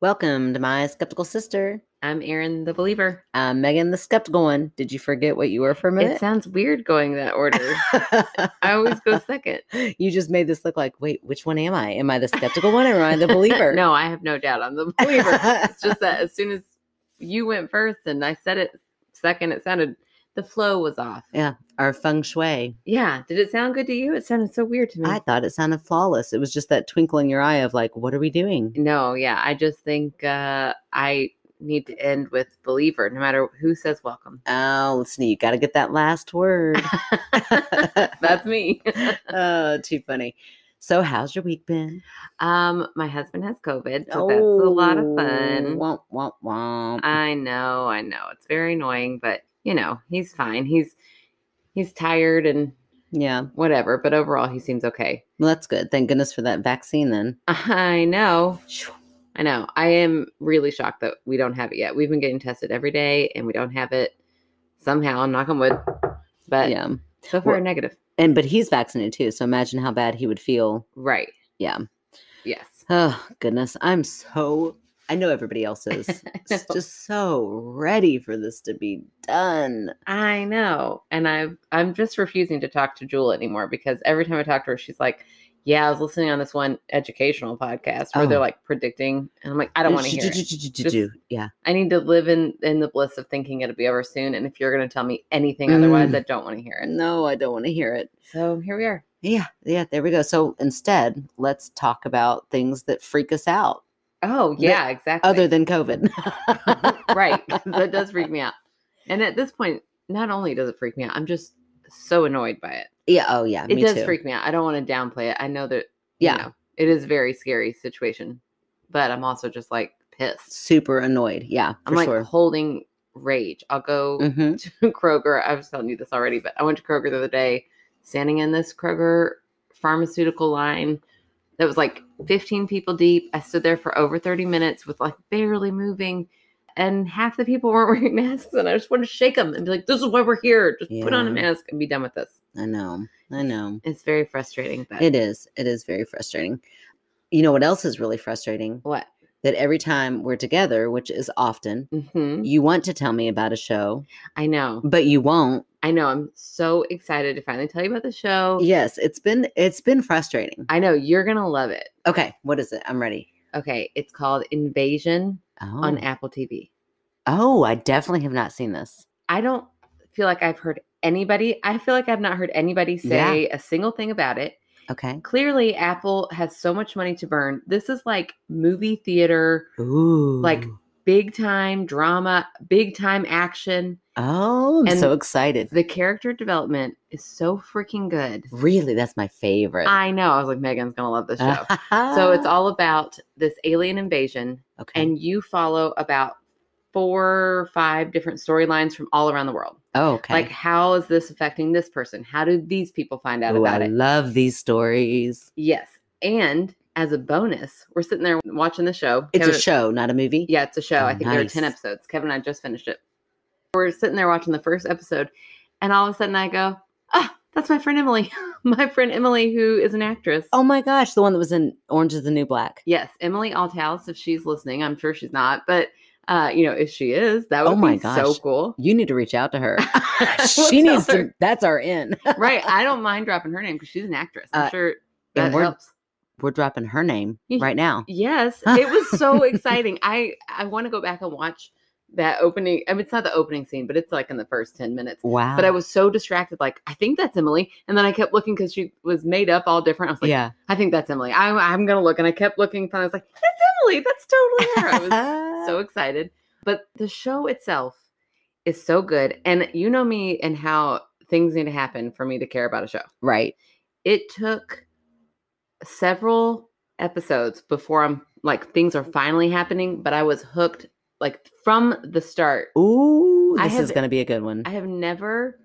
Welcome to my skeptical sister. I'm Erin the Believer. I'm Megan the skeptical one. Did you forget what you were for a It minute? sounds weird going that order. I always go second. you just made this look like, wait, which one am I? Am I the skeptical one or am I the believer? no, I have no doubt I'm the believer. it's just that as soon as you went first and I said it second, it sounded the flow was off. Our feng shui. Yeah. Did it sound good to you? It sounded so weird to me. I thought it sounded flawless. It was just that twinkle in your eye of like, what are we doing? no, yeah. I just think uh I need to end with believer, no matter who says welcome. Oh, listen, you got to get that last word. That's me. oh, too funny. So, how's your week been? Um, my husband has COVID, so that's a lot of Oh, fun. Womp, womp, womp. I know, I know. It's very annoying, but you know, he's fine. He's he's tired and yeah, whatever, but overall he seems okay. well, that's good. Thank goodness for that vaccine then. I know. I know. I am really shocked that we don't have it yet. We've been getting tested every day and we don't have it somehow, knock on wood. But yeah. so far Well- negative. And but he's vaccinated too, so imagine how bad he would feel. Right. Yeah. Yes. Oh goodness, I'm so I know everybody else is s- know. just so ready for this to be done. I know. And I've I'm just refusing to talk to Jewel anymore because every time I talk to her, she's like, Yeah, I was listening on this one educational podcast where they're Oh. like predicting and I'm like, I don't want to hear it. it. Yeah. I need to live in in the bliss of thinking it'll be over soon. And if you're gonna tell me anything Mm. otherwise, I don't want to hear it. No, I don't want to hear it. So here we are. Yeah, yeah, there we go. So instead, let's talk about things that freak us out Oh The- yeah, exactly. other than COVID. right. 'cause That does freak me out. And at this point, not only does it freak me out, I'm just so annoyed by it. Yeah, oh yeah, It me does too. freak me out. I don't want to downplay it. I know that yeah, you know, it is a very scary situation, but I'm also just like pissed. super annoyed. Yeah, for I'm like sure. holding rage. I'll go hmm to Kroger. I was telling you this already, but I went to Kroger the other day, standing in this Kroger pharmaceutical line that was like 15 people deep. I stood there for over 30 minutes with like barely moving. And half the people weren't wearing masks, and I just wanted to shake them and be like, "This is why we're here. Just put on a Yeah. mask and be done with this." I know. I know. It's very frustrating. But It is. It is very frustrating. You know what else is really frustrating? what? That every time we're together, which is often, hmm you want to tell me about a show, I know. but you won't. I know. I'm so excited to finally tell you about the show. Yes, it's been it's been frustrating. I know you're gonna love it. Okay, what is it? I'm ready. Okay, it's called Invasion Oh, on Apple TV. oh I definitely have not seen this. I don't feel like I've heard anybody. I feel like I've not heard anybody Yeah. say a single thing about it. Okay. Clearly, Apple has so much money to burn. This is like movie theater, Ooh. big time drama, big time action. oh, I'm and so excited. The character development is so freaking good. Really, that's my favorite. I know. I was like, Megan's gonna love Uh, this show. so it's all about this alien invasion, okay. and you follow about four or five different storylines from all around the world. oh, okay. Like, how is this affecting this person? How do these people find out Ooh, about I it? love these stories. Yes. And as a bonus, we're sitting there watching the show. It's Kevin- a show, not a movie. Yeah, it's a show. Oh, I think there are nice. 10 episodes. Kevin and I just finished it. We're sitting there watching the first episode, and all of a sudden I go, ah, that's my friend Emily. my friend Emily, who is an actress. Oh my gosh, the one that was in Orange is the New Black. Yes, Emily Althouse, if she's listening, I'm sure she's not, but uh, you know, if she is, that would Oh my be so gosh. cool. You need to reach out to her. We'll she tell needs her. to. That's our in. right. I don't mind dropping her name because she's an actress. I'm Uh, sure and that we're- helps. We're dropping her name Ye- right now. Yes, it was so exciting. I I want to go back and watch that opening. I mean, it's not the opening scene, but it's like in the first ten minutes. Wow. But I was so distracted, like I think that's Emily, and then I kept looking because she was made up all different. I was like, yeah. I think that's Emily. I, I'm gonna look, and I kept looking. Finally, I was like, that's Emily. That's totally her. I was so excited. But the show itself is so good. And you know me and how things need to happen for me to care about a show. right. It took several episodes before I'm like things are finally happening, but I was hooked like from the start. Ooh, I this is have- going to be a good one. I have never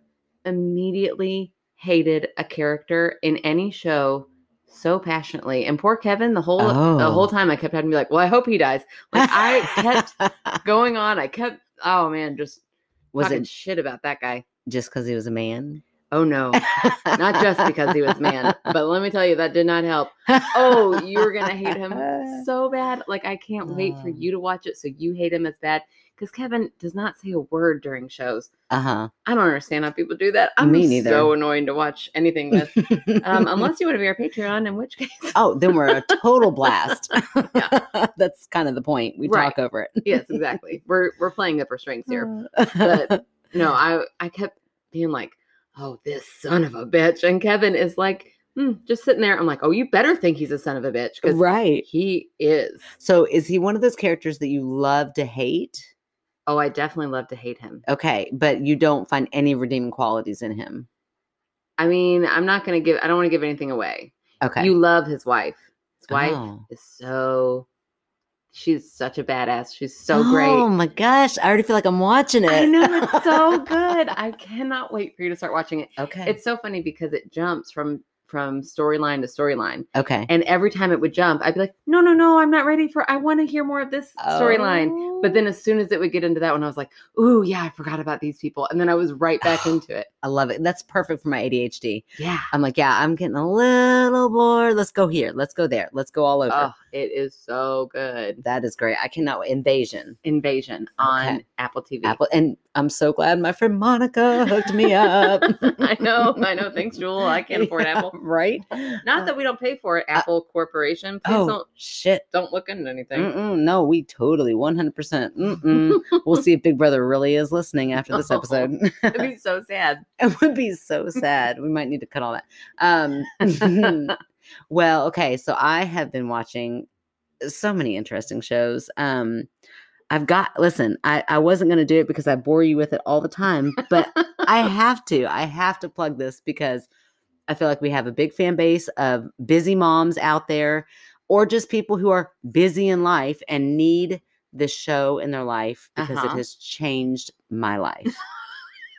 immediately hated a character in any show so passionately. And poor Kevin, the whole the Oh. whole time I kept having to be like, well, I hope he dies. Like I kept going on. I kept, oh man, just was talking it shit about that guy. just because he was a man? Oh no. Not just because he was man, but let me tell you, that did not help. Oh, you're going to hate him so bad. Like, I can't wait for Um. you to watch it so you hate him as bad. Because Kevin does not say a word during shows. Uh I don't understand how people do that. I'm Me neither. so annoying to watch anything with. huh. Um, unless you want to be our Patreon, in which case, oh, then we're a total blast. Yeah. That's kind of the point. We Right. talk over it. yes, exactly. We're we're playing up our strings here. But, No, I I kept being like, oh, this son of a bitch, and Kevin is like, hmm, just sitting there. I'm like, oh, you better think he's a son of a bitch because right. he is. So is he one of those characters that you love to hate? Oh, I definitely love to hate him. Okay, but you don't find any redeeming qualities in him. I mean, I'm not gonna give. I don't want to give anything away. Okay. You love his wife. His wife Oh. is so. She's such a badass. She's so great. Oh my gosh. I already feel like I'm watching it. I know it's so good. I cannot wait for you to start watching it. okay. It's so funny because it jumps from from storyline to storyline, okay. and every time it would jump, I'd be like, "No, no, no, I'm not ready for. I want to hear more of this Oh. storyline." But then, as soon as it would get into that one, I was like, "Ooh, yeah, I forgot about these people," and then I was right back into it. I love it. That's perfect for my ADHD. Yeah, I'm like, Oh, yeah, I'm getting a little bored. Let's go here. Let's go there. Let's go all oh, over. it is so good. That is great. I cannot wait. Invasion. Invasion on Okay. Apple TV. Apple. And I'm so glad my friend Monica hooked me up. I know, I know. Thanks, Jewel. I can't afford Yeah, Apple. Right? Not that we don't pay for it, Apple Corporation. Please Oh, Mm. don't shit. don't look into anything. Mm-mm, no, we totally 100%. Mm-mm. we'll see if Big Brother really is listening after this No. episode. It'd be so sad. it would be so sad. We might need to cut all that. Um, well, okay. So I have been watching so many interesting shows. Um, I've got, listen, I, I wasn't going to do it because I bore you with it all the time, but I have to. I have to plug this because I feel like we have a big fan base of busy moms out there or just people who are busy in life and need this show in their life because Uh-huh. it has changed my life.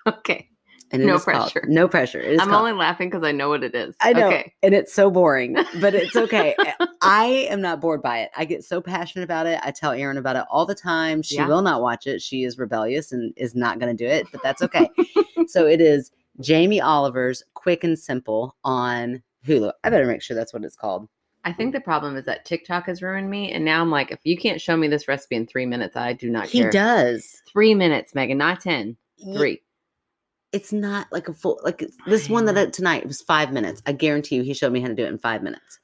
Okay. And it No is called- pressure. no pressure. It is I'm called- only laughing because I know what it is. I know. Okay. And it's so boring, but it's okay. eh, I am not bored by it. I get so passionate about it. I tell Erin about it all the time. She Yeah. will not watch it. She is rebellious and is not going to do it, but that's okay. so it is Jamie Oliver's Quick and Simple on Hulu. I better make sure that's what it's called. I think Mm. the problem is that TikTok has ruined me. And now I'm like, if you can't show me this recipe in three minutes, I do not he care. does. Three minutes, Megan, not 10. Ye- Three. It's not like a full, like it's- this I one that know. I, tonight was five minutes. I guarantee you he showed me how to do it in five minutes.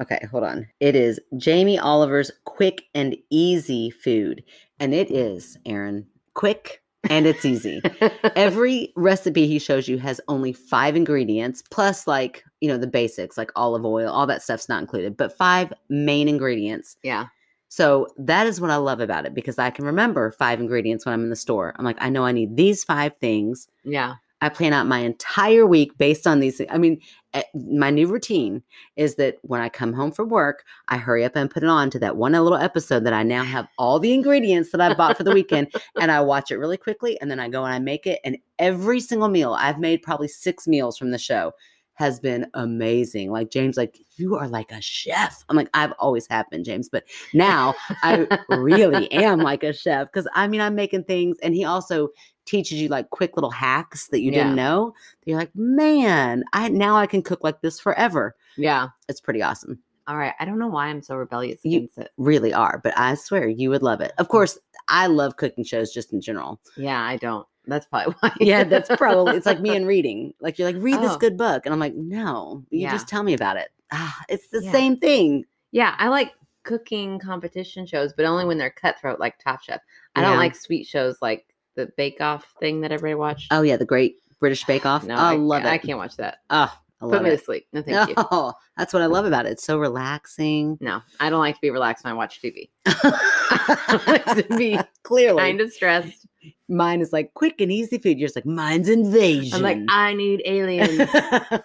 Okay, hold on. It is Jamie Oliver's quick and easy food. And it is, Aaron, quick and it's easy. Every recipe he shows you has only five ingredients, plus, like, you know, the basics like olive oil, all that stuff's not included, but five main ingredients. yeah. So that is what I love about it because I can remember five ingredients when I'm in the store. I'm like, I know I need these five things. Yeah. I plan out my entire week based on these. thi- I mean, eh, my new routine is that when I come home from work, I hurry up and put it on to that one little episode that I now have all the ingredients that I bought for the weekend and I watch it really quickly and then I go and I make it. And every single meal, I've made probably six meals from the show, has been amazing. Like James, like, you are like a chef. I'm like, I've always have been, James, but now I really am like a chef because I mean, I'm making things. And he also teaches you like quick little hacks that you Yeah. didn't know. that You're like, man, I now I can cook like this forever. Yeah. It's pretty awesome. All right. I don't know why I'm so rebellious You- against it. Really are, but I swear you would love it. Of course, I love cooking shows just in general. Yeah, I don't. That's probably why. Yeah, that's probably it's like me and reading. Like you're like, read this Oh. good book. And I'm like, no, you Yeah. just tell me about it. Ah, it's the Yeah. same thing. Yeah, I like cooking competition shows, but only when they're cutthroat, like Top Chef. I Yeah. don't like sweet shows like the Bake Off thing that everybody watched. Oh yeah, the great British Bake Off. no, I, I, love it. I can't watch that. Oh, I Put love me it. to sleep. No, thank you. Oh, that's what I love about it. It's so relaxing. No, I don't like to be relaxed when I watch TV. like to be Clearly. Kind of stressed. Mine is like quick and easy food. You're just like, mine's invasion. I'm like, I need aliens.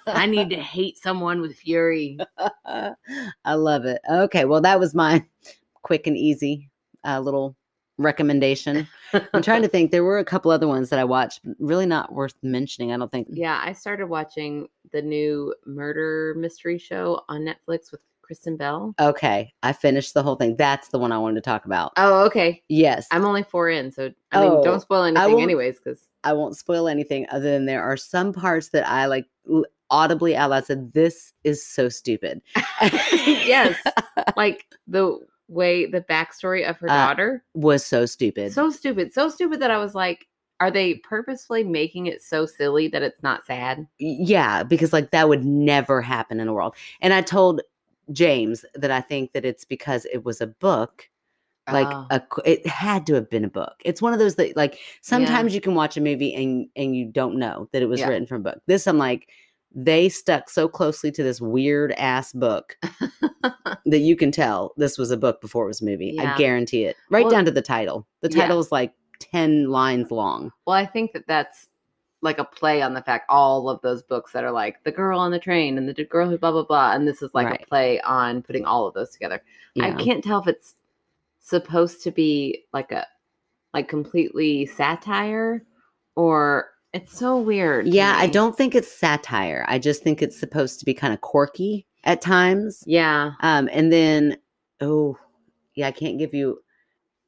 I need to hate someone with fury. I love it. Okay. Well, that was my quick and easy uh, little recommendation. I'm trying to think. There were a couple other ones that I watched, really not worth mentioning, I don't think. Yeah, I started watching the new murder mystery show on Netflix with Kristen Bell. Okay, I finished the whole thing. That's the one I wanted to talk about. Oh, okay. Yes, I'm, I'm only four in, so I mean, Oh, don't spoil anything, won't- anyways, because I will not spoil anything other than there are some parts that I like l- audibly out loud said, "This is so stupid." yes, like the way the backstory of her Uh, daughter, was so stupid. so stupid, so stupid that I was like, are they purposefully making it so silly that it's not sad? yeah, because like that would never happen in the world. And I told James that I think that it's because it was a book. Like Oh. a, qu- it had to have been a book. It's one of those that like sometimes you can watch a movie and and you don't know that it was Yeah. written from a book. This I'm like they stuck so closely to this weird ass book that you can tell this was a book before it was a movie. Yeah. I guarantee it. Right Well, down to the title. The yeah. title is like ten lines long. Well, I think that that's like a play on the fact all of those books that are like the girl on the train and the d- girl who blah blah blah, and this is like a Right. play on putting all of those together. I Yeah. can't tell if it's supposed to be like a like completely satire or it's so weird. to Yeah, I me. don't think it's satire. I just think it's supposed to be kind of quirky at times. Yeah. Um, and then, oh, yeah, I can't give you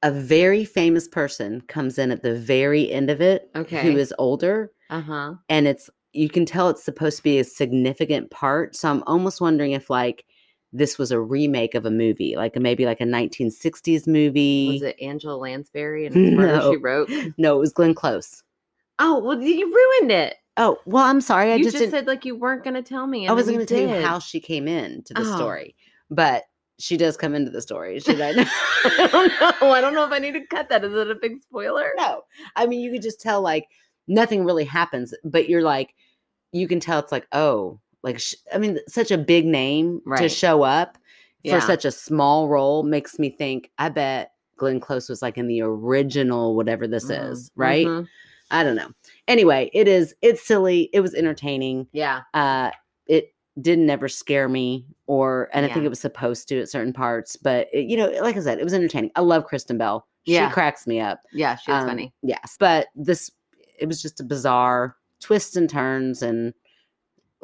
a very famous person comes in at the very end of it Okay. who is older, Uh huh. and it's you can tell it's supposed to be a significant part. So I'm almost wondering if like this was a remake of a movie, like maybe like a 1960s movie. Was it Angela Lansbury and it's murder she No. wrote? No, it was Glenn Close. Oh well, you ruined it. Oh, well, I'm sorry. I you just, just, didn't, said like you weren't going to tell me. I and then wasn't going to tell you did. how she came in to the Oh. story, but she does come into the story. Should I? I don't know. I don't know if I need to cut that. Is it a big spoiler? no, I mean you could just tell like nothing really happens, but you're like you can tell it's like oh, like sh- I mean such a big name to Right. show up Yeah. for such a small role makes me think. I bet Glenn Close was like in the original whatever this Mhm. is, right? Mhm. I don't know. Anyway, it is. It's silly. It was entertaining. Yeah. uh it didn't ever scare me or and i think Yeah. it was supposed to at certain parts but it, you know like i said it was entertaining i love kristen bell Yeah. she cracks me up Yeah. She was Um, funny. yes but this it was just a bizarre twists and turns and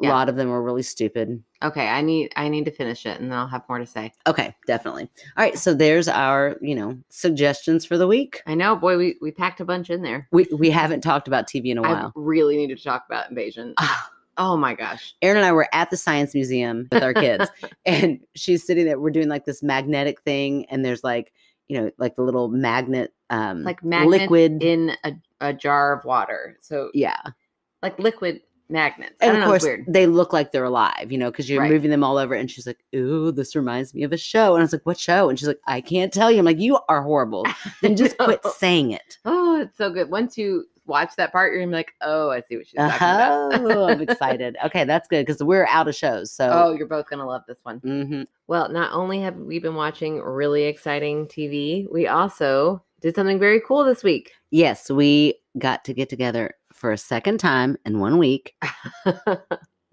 Yeah. a lot of them were really stupid Okay. I need. I need to finish it, and then I'll have more to say. okay definitely all right so there's our you know suggestions for the week I know, boy. We we packed a bunch in there. we we haven't talked about tv in a I while Ah. really needed to talk about invasion. oh my gosh. Erin and I were at the science museum with our kids, and she's sitting there. We're doing like this magnetic thing, and there's like you know like the little magnet, um, Like magnets liquid, in a, a jar of water. So yeah. like liquid magnets. I And don't of know, it's course, weird. they look like they're alive, you know, because you're Right. moving them all over. And she's like, "Ooh, this reminds me of a show." And I was like, "What show?" And she's like, "I can't tell you." I'm like, "You are horrible." Then just quit No. saying it. Oh, it's so good. Once you watch that part, you're gonna be like, oh, I see what she's talking about. Oh, I'm excited. Okay, that's good because we're out of shows. So, Oh, you're both gonna love this one. mhm. Well, not only have we been watching really exciting TV, we also did something very cool this week. yes, we got to get together for a second time in one week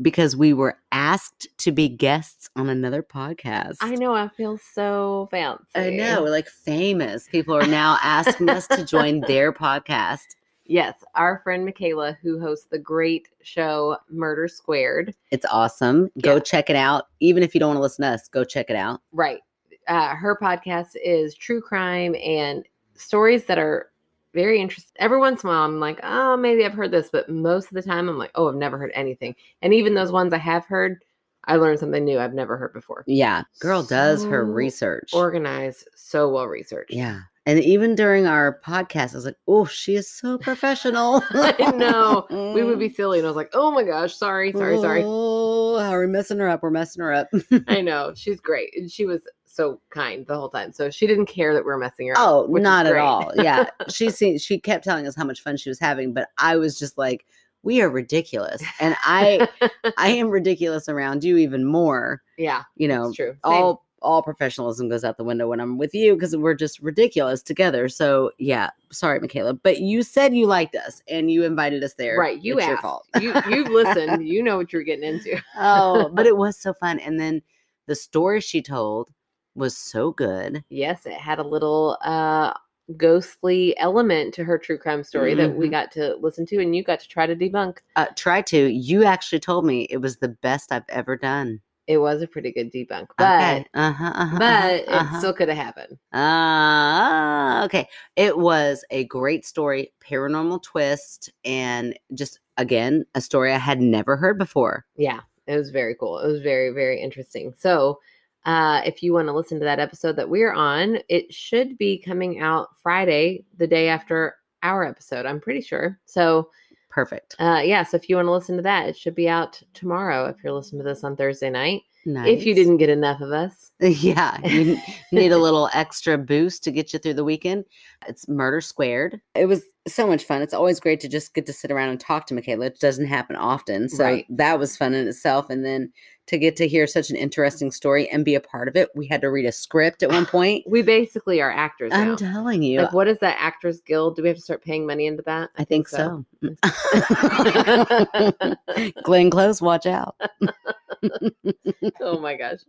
because we were asked to be guests on another podcast. I know, I feel so fancy. I know, we're like famous people are now asking us to join their podcast. Yes, our friend Michaela, who hosts the great show Murder Squared. It's awesome. Go Yeah. check it out. Even if you don't want to listen to us, go check it out. Right. Uh, her podcast is true crime and stories that are very interesting. Every once in a while, I'm like, oh, maybe I've heard this, but most of the time, I'm like, oh, I've never heard anything. And even those ones I have heard, I learned something new I've never heard before. Yeah. Girl does her So research. Organized, so well researched. yeah. And even during our podcast, I was like, oh, she is so professional. I know. We would be silly. And I was like, oh my gosh, sorry, sorry, sorry. Oh, are we messing her up? We're messing her up. I know. She's great. And she was so kind the whole time. So she didn't care that we are messing her up. Oh, which is not at great. all. Yeah. She seemed, she kept telling us how much fun she was having, but I was just like, we are ridiculous. And I I am ridiculous around you even more. yeah, You know, it's true. Same. Um, all all professionalism goes out the window when I'm with you because we're just ridiculous together. So yeah, sorry, Michaela. But you said you liked us and you invited us there. Right, you it's asked. your fault. you you've listened. You know what you're getting into. oh, but it was so fun. And then the story she told was so good. Yes, it had a little uh ghostly element to her true crime story that we Mhm. got to listen to and you got to try to debunk. Uh, try to. You actually told me it was the best I've ever done. It was a pretty good debunk, but Okay. Uh-huh, uh-huh, but it uh-huh. still could have happened. Ah, okay. It was a great story, paranormal twist, and just again a story I had never heard before. Yeah, it was very cool. It was very very interesting. So, uh, if you want to listen to that episode that we're on, it should be coming out Friday, the day after our episode. I'm pretty sure. So, Perfect. uh, yeah. So if you want to listen to that, it should be out tomorrow. If you're listening to this on Thursday night, if you Nice. didn't get enough of us, yeah, you n- need a little extra boost to get you through the weekend. It's Murder Squared. It was so much fun. It's always great to just get to sit around and talk to Michaela. It doesn't happen often, so Right. that was fun in itself. And then to get to hear such an interesting story and be a part of it, we had to read a script at one point. we basically are actors. now. I'm telling you, Like, what is that Actors Guild? Do we have to start paying money into that? I think so. Mm. Glenn Close, watch out. oh my gosh.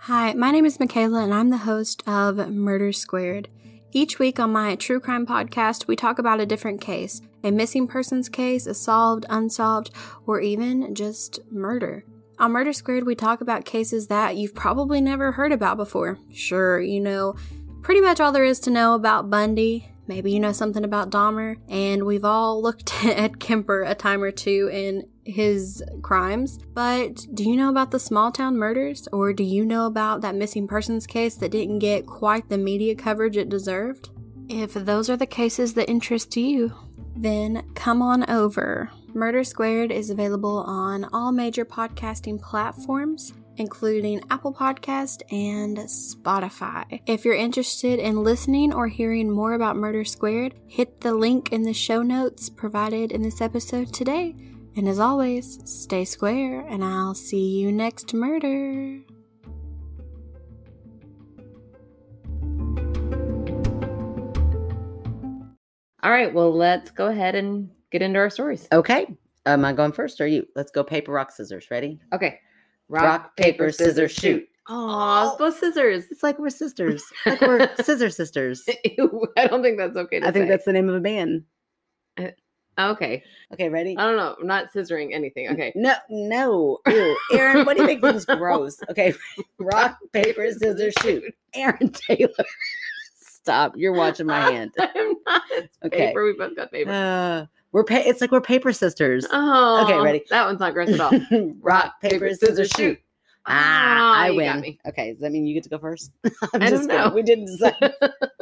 Hi, my name is Michaela, and I'm the host of Murder Squared. Each week on my true crime podcast, we talk about a different case a missing persons case, a solved, unsolved, or even just murder. On Murder Squared, we talk about cases that you've probably never heard about before. Sure, you know pretty much all there is to know about Bundy. Maybe you know something about Dahmer, and we've all looked at Kemper a time or two in his crimes. But do you know about the small town murders, or do you know about that missing persons case that didn't get quite the media coverage it deserved? If those are the cases that interest you, then come on over. Murder Squared is available on all major podcasting platforms, including Apple Podcast and Spotify. If you're interested in listening or hearing more about Murder Squared, hit the link in the show notes provided in this episode today. And as always, stay square, and I'll see you next murder. All right. Well, let's go ahead and get into our stories. Okay. Am I going first or you? Let's go paper, rock, scissors. Ready? Okay. Rock, paper, scissors, shoot. Aw, let's go scissors. It's like we're sisters. Like we're scissor sisters. Ew, I don't think that's okay to I think say. that's the name of a band. okay. Okay, ready? I don't know. I'm not scissoring anything. Okay. No, no. Ew. Aaron, what do you think is gross? Okay. Rock, paper, scissors, shoot. Aaron Taylor. Stop. You're watching my hand. I'm not. It's Okay. paper. We both got paper. Uh, we're pa- it's like we're paper sisters. oh. ready. That one's not gross at all. Rock, paper, scissors, shoot. Ah, I you win. got me. Okay, does that mean you get to go first? I'm I don't just kidding. know. We didn't decide.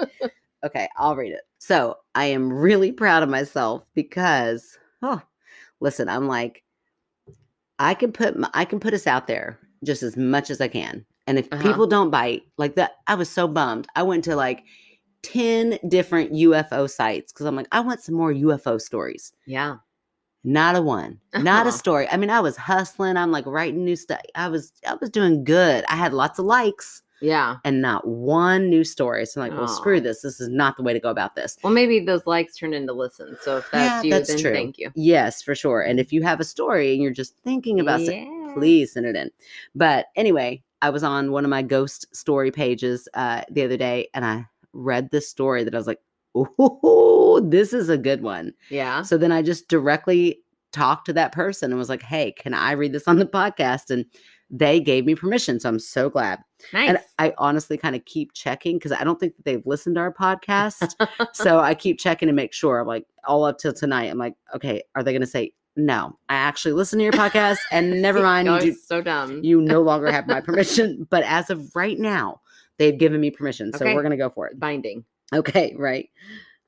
okay, I'll read it. So I am really proud of myself because, oh, listen, I'm like, I can put my, I can put us out there just as much as I can, and if Uh-huh. people don't bite like that, I was so bummed. I went to like ten different UFO sites because I'm like, I want some more UFO stories. Yeah. Not a one. Uh-huh. Not a story. I mean, I was hustling. I'm like writing new stuff. I was I was doing good. I had lots of likes Yeah. and not one new story. So I'm like, well, Aw. screw this. This is not the way to go about this. Well, maybe those likes turn into listens. So if that's Yeah, you, that's then true. thank you. Yes, for sure. And if you have a story and you're just thinking about it, Yeah. please send it in. But anyway, I was on one of my ghost story pages uh, the other day and I read this story that I was like, oh, this is a good one. Yeah. So then I just directly talked to that person and was like, hey, can I read this on the podcast? And they gave me permission. So I'm so glad. Nice. And I honestly kind of keep checking because I don't think that they've listened to our podcast. so I keep checking to make sure. I'm like, all up till tonight, I'm like, okay, are they going to say, no, I actually listened to your podcast and never mind. Y'all You, are do, so dumb. you no longer have my permission. But as of right now, they've given me permission. So Okay. we're going to go for it. binding. Okay, right.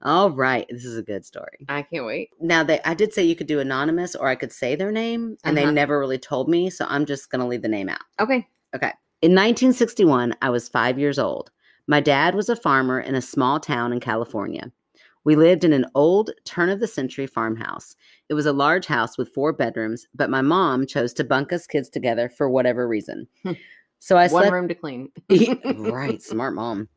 All right. This is a good story. I can't wait. Now they I did say you could do anonymous or I could say their name and Uh-huh. they never really told me, so I'm just going to leave the name out. Okay. In 1961, I was 5 years old. My dad was a farmer in a small town in California. We lived in an old turn of the century farmhouse. It was a large house with 4 bedrooms, but my mom chose to bunk us kids together for whatever reason. Hmm. So One I slept room to clean. Yeah, right, smart mom.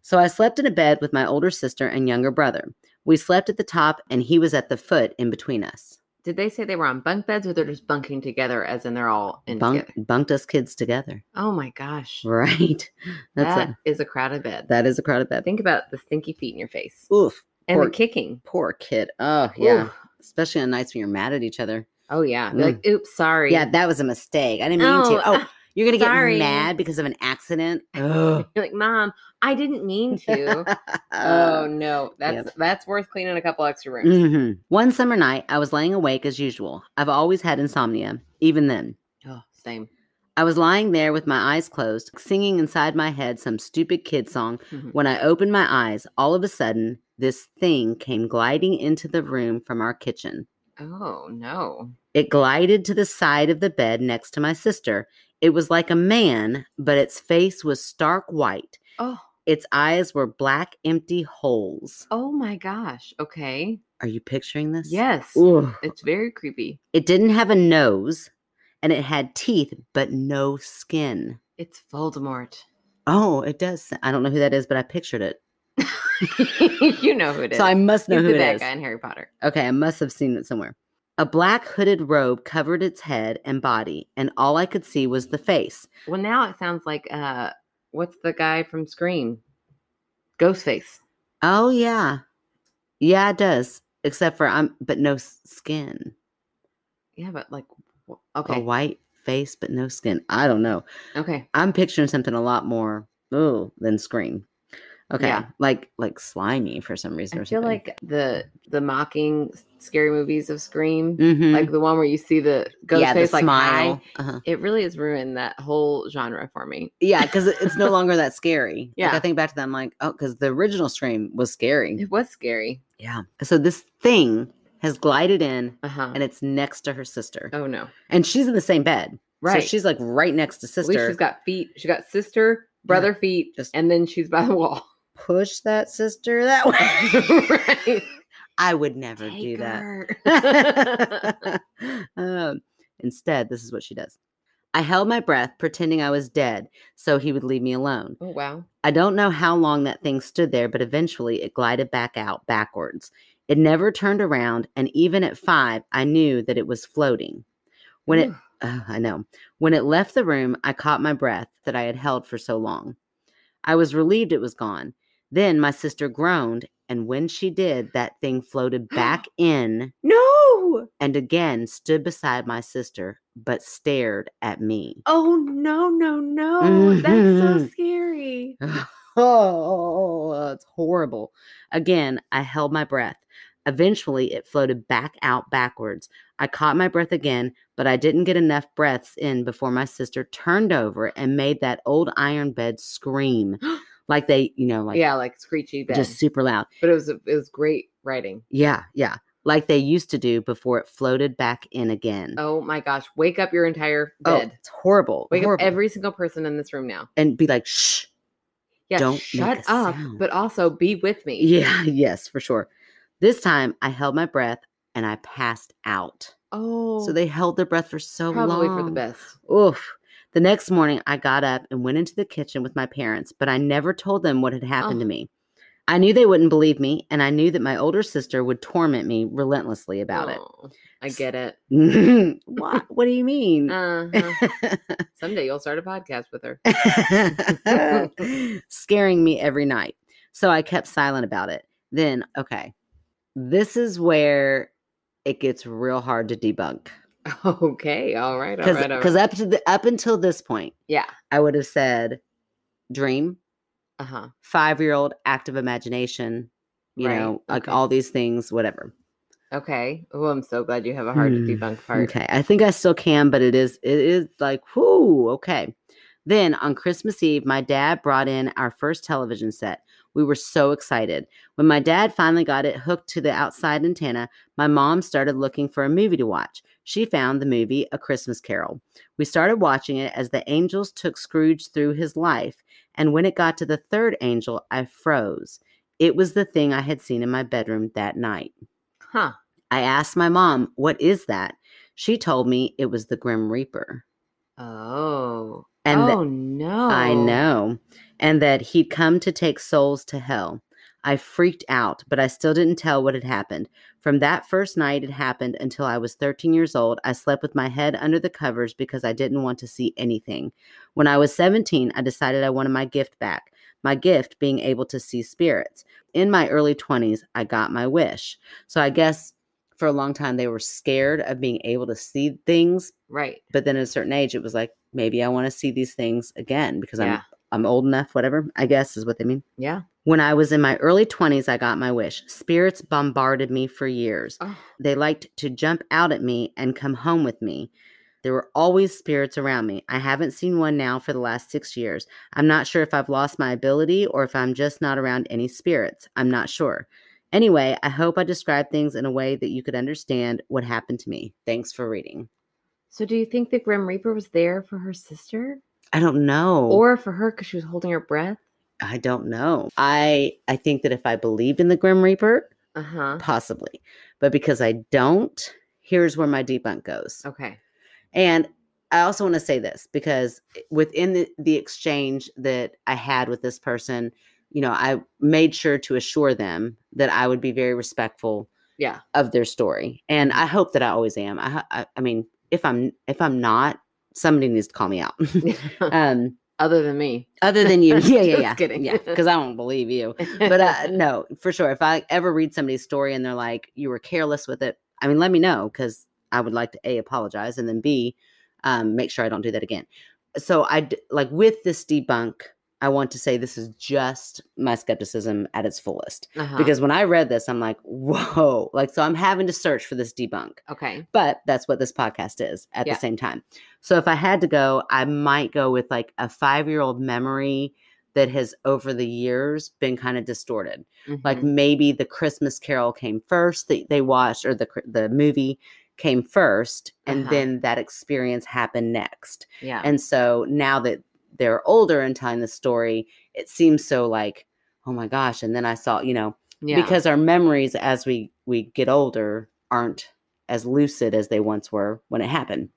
So I slept in a bed with my older sister and younger brother. We slept at the top and he was at the foot in between us. Did they say they were on bunk beds or they're just bunking together as in they're all in Bunk, together? bunked us kids together. Oh my gosh. Right. That's That's a, a, crowded bed. that is a crowded bed. Think about the stinky feet in your face. Oof. and Or- the kicking. Poor kid. Oh, yeah. Oof. Especially on nights when you're mad at each other. Oh yeah. Be Like, oops, sorry. Mm. Yeah, that was a mistake. I didn't mean to. Oh, ah, you're going to sorry. get mad because of an accident? Ugh. you're like, mom, I didn't mean to. oh no, that's that's worth cleaning a couple extra rooms. hmm One summer night, I was laying awake as usual. I've always had insomnia, even then. Oh, same. I was lying there with my eyes closed, singing inside my head some stupid kid song. Mhm. When I opened my eyes, all of a sudden, this thing came gliding into the room from our kitchen. Oh no. It glided to the side of the bed next to my sister. It was like a man, but its face was stark white. Oh, Its eyes were black, empty holes. oh my gosh. Okay. Are you picturing this? Yes. Ugh. It's very creepy. It didn't have a nose and it had teeth, but no skin. It's Voldemort. Oh, it does. s- I don't know who that is, but I pictured it. you know who it is. So I must know He's who the it bad is. guy in Harry Potter. Okay, I must have seen it somewhere. A black hooded robe covered its head and body, and all I could see was the face. Well, now it sounds like uh, what's the guy from Scream? Ghostface. Oh yeah, yeah, it does. Except for I'm, but no s- skin. Yeah, but like, wh- okay, A white face, but no skin. I don't know. okay, I'm picturing something a lot more ooh than Scream. Okay, Yeah. like like slimy for some reason. I or feel something. like the the mocking s- scary movies of Scream, Mhm. like the one where you see the ghost yeah, face the like smile. high, Uh-huh. it really has ruined that whole genre for me. Yeah, because it's no longer that scary. Like, I Yeah. think back to that, I'm like, oh, because the original Scream was scary. It was scary. Yeah. So this thing has glided in, Uh huh. and it's next to her sister, Oh no, and she's in the same bed. right? So she's like right next to At least sister. she's got feet. She got sister, brother feet, Just- and then she's by the wall. Push that sister that way. right. I would never do Take that. her. um, instead, this is what she does. I held my breath, pretending I was dead, so he would leave me alone. oh wow. I don't know how long that thing stood there, but eventually it glided back out backwards. It never turned around, and even at five, I knew that it was floating. When it, Ugh, I know, when it left the room, I caught my breath that I had held for so long. I was relieved it was gone. Then my sister groaned, and when she did, that thing floated back in No! and again stood beside my sister, but stared at me. Oh no, no, no. That's so Mhm. scary. Oh, it's horrible. Again, I held my breath. Eventually, it floated back out backwards. I caught my breath again, but I didn't get enough breaths in before my sister turned over and made that old iron bed scream like they, you know, like yeah, like screechy bad. just super loud. but it was it was great writing. Yeah, yeah. Like they used to do before it floated back in again. Oh my gosh. Wake up your entire Oh, bed. it's horrible. Wake horrible. up every single person in this room now. and be like, shh. Yeah, Don't make shut a up, sound. but also be with me. Yeah, yes, for sure. This time I held my breath and I passed out. Oh So they held their breath for so probably long. for the best. Oof. The next morning I got up and went into the kitchen with my parents, but I never told them what had happened to Oh. me. I knew they wouldn't believe me, and I knew that my older sister would torment me relentlessly about Oh, I get it. Oh. it. what? What do you mean? Uh-huh. Someday you'll start a podcast with her. Uh. scaring me every night. So I kept silent about it. Then, okay, this is where it gets real hard to debunk Okay, all right, all because right, all right. up to the up until this point, yeah. I would have said dream, Uh-huh. five year old active imagination, you Right, know, like okay. all these things, whatever. Okay. Oh, I'm so glad you have a hard Hmm, to debunk part. Okay, I think I still can, but it is it is like whoo. Okay, then on Christmas Eve, my dad brought in our first television set. We were so excited. When my dad finally got it hooked to the outside antenna, my mom started looking for a movie to watch. She found the movie A Christmas Carol. We started watching it as the angels took Scrooge through his life, and when it got to the third angel, I froze. It was the thing I had seen in my bedroom that night. Huh. I asked my mom, What is that? She told me it was the Grim Reaper. Oh. And th- oh no. I know. And that he'd come to take souls to hell. I freaked out, but I still didn't tell what had happened. From that first night it happened until I was 13 years old, I slept with my head under the covers because I didn't want to see anything. When I was 17, I decided I wanted my gift back. my gift being able to see spirits. In my early 20s, I got my wish. So I guess for a long time, they were scared of being able to see things. Right. But then at a certain age, it was like, maybe I want to see these things again because Yeah. I'm, I'm old enough, whatever, I guess is what they mean. Yeah. When I was in my early 20s, I got my wish. Spirits bombarded me for years. Oh, They liked to jump out at me and come home with me. There were always spirits around me. I haven't seen one now for the last six years. I'm not sure if I've lost my ability or if I'm just not around any spirits. I'm not sure. Anyway, I hope I described things in a way that you could understand what happened to me. Thanks for reading. so do you think the Grim Reaper was there for her sister I don't know. or for her because she was holding her breath? I don't know. I I think that if I believed in the Grim Reaper, Uh huh. possibly. But because I don't, here's where my debunk goes. Okay. And I also want to say this because within the, the exchange that I had with this person, you know, I made sure to assure them that I would be very respectful Yeah. of their story. And I hope that I always am. I, ho- I, I mean, if I'm if I'm not, somebody needs to call me out. um, Other than me. other than you, yeah, yeah, Just yeah, kidding. yeah, because I don't believe you. But uh, no, for sure. If I ever read somebody's story and they're like, "You were careless with it," I mean, let me know because I would like to a apologize and then b um, make sure I don't do that again. So I d- like with this debunk. I want to say this is just my skepticism at its fullest Uh-huh. because when I read this, I'm like, "Whoa!" Like, so I'm having to search for this debunk okay. but that's what this podcast is at Yeah. the same time. So if I had to go, I might go with like a five year old memory that has over the years been kind of distorted. Like Mhm. maybe the Christmas Carol came first that they watched, or the cr- the movie came first, and Uh-huh. then that experience happened next. Mm-hmm. yeah. And so now that they're older and telling the story, it seems so like, oh my gosh! And then I saw, you know, yeah. because our memories as we we get older aren't as lucid as they once were when it happened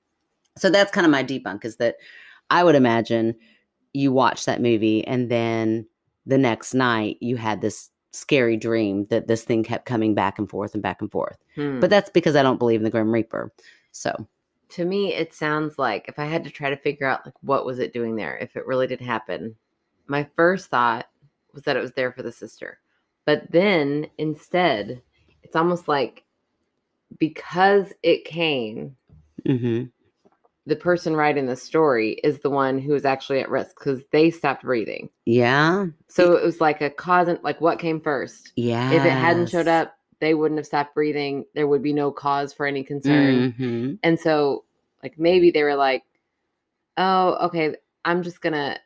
so that's kind of my debunk is that i would imagine you watch that movie and then the next night you had this scary dream that this thing kept coming back and forth and back and forth Hmm. but that's because i don't believe in the grim reaper so to me it sounds like if i had to try to figure out like what was it doing there if it really did happen my first thought was that it was there for the sister but then instead it's almost like because it came Mm-hmm. hmm the person writing the story is the one who is actually at risk because they stopped breathing yeah so it was like a cause and like what came first yeah if it hadn't showed up they wouldn't have stopped breathing there would be no cause for any concern hmm and so, like, maybe they were like, oh, okay, I'm just gonna.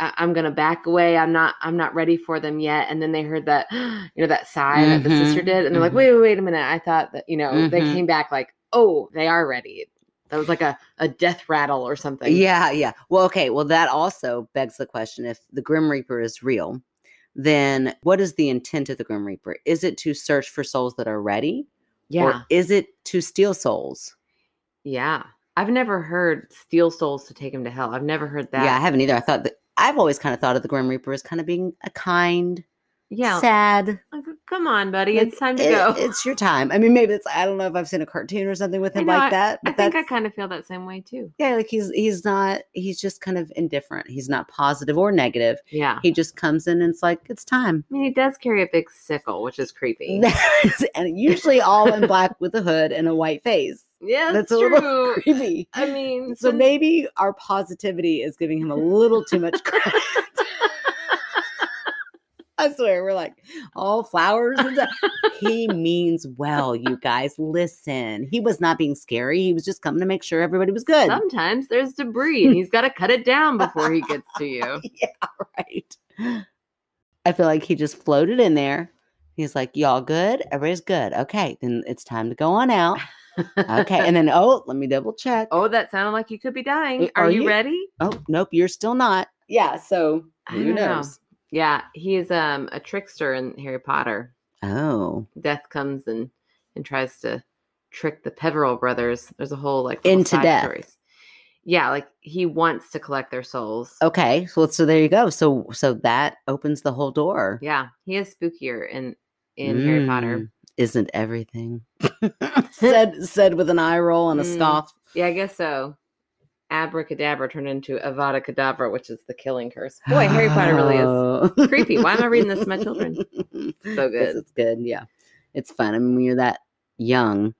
I- I'm gonna back away. I'm not. I'm not ready for them yet. And then they heard that, you know, that sigh that the sister Mhm, did, and they're like, mhm. "Wait, wait, wait a minute! I thought that, you know." They Mhm. came back like, "Oh, they are ready." That was like a a death rattle or something. Yeah, yeah. Well, okay. Well, that also begs the question if the Grim Reaper is real, then what is the intent of the Grim Reaper? Is it to search for souls that are ready? yeah, Or is it to steal souls? yeah. I've never heard steal souls to take him to hell. I've never heard that. Yeah, I haven't either. I thought that I've always kind of thought of the Grim Reaper as kind of being a kind, yeah. sad. Like, Come on, buddy. like, it's time to "It- go. It's your time. I mean, maybe it's I don't know if I've seen a cartoon or something with I him know, like that. I But think I that's- kind of feel that same way too. yeah, like he's he's not he's just kind of indifferent. He's not positive or negative. Yeah. He just comes in and it's like it's time. I mean, he does carry a big sickle, which is creepy. and usually all in black with a hood and a white face. yeah, That's a little creepy. I mean, So some- maybe our positivity is giving him a little too much credit. I swear, we're like all flowers. And stuff. he means well, you guys. Listen, he was not being scary. He was just coming to make sure everybody was good. sometimes there's debris, and he's got to cut it down before he gets to you. right. I feel like he just floated in there. He's like, y'all good? Everybody's good. Okay, then it's time to go on out. Okay, and then oh, let me double check. oh, that sounded like you could be dying. Y- Are, Uh, are you, you? ready? Oh, nope, you're still not. Yeah, so I who don't know. knows? Yeah, he is um a trickster in Harry Potter. Oh, Death comes and and tries to trick the Peveril brothers. There's a whole like Into side death. Stories. Yeah, like he wants to collect their souls. okay. So so there you go. So so that opens the whole door. Yeah, he is spookier in in Harry Potter. Mm, Isn't everything said said with an eye roll and a Mm. scoff? Yeah, I guess so. abracadabra turned into avada kedavra, which is the killing curse. Boy, Harry Potter really is is creepy. Why am I reading this to my children? so good. It's good. Yeah, it's fun. I mean, when you're that young,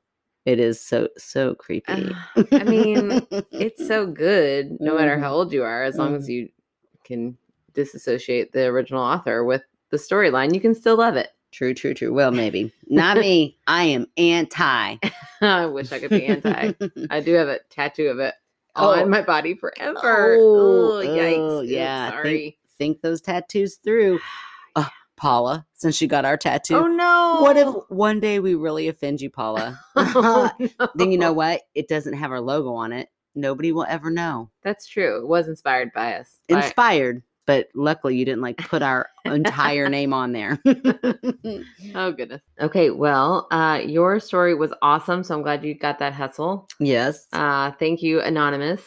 it is so so creepy. I mean, it's so good, no Mm-hmm. matter how old you are, as long as you can disassociate the original author with the storyline, you can still love it. true, true, true. Well, maybe not me. I am anti. I wish I could be anti. I do have a tattoo of it Oh. on my body forever. Oh, Oh, yikes. oh, Oops, yeah, I think- sorry. Think those tattoos through, Ugh, Paula. Since you got our tattoo, Oh no. what if one day we really offend you, Paula? Oh, no. then you know what? It doesn't have our logo on it. Nobody will ever know. That's true. It was inspired by us. by- Inspired, but luckily you didn't like put our entire name on there. oh goodness. Okay, well, uh, your story was awesome, so I'm glad you got that hustle. yes. Uh, thank you, anonymous.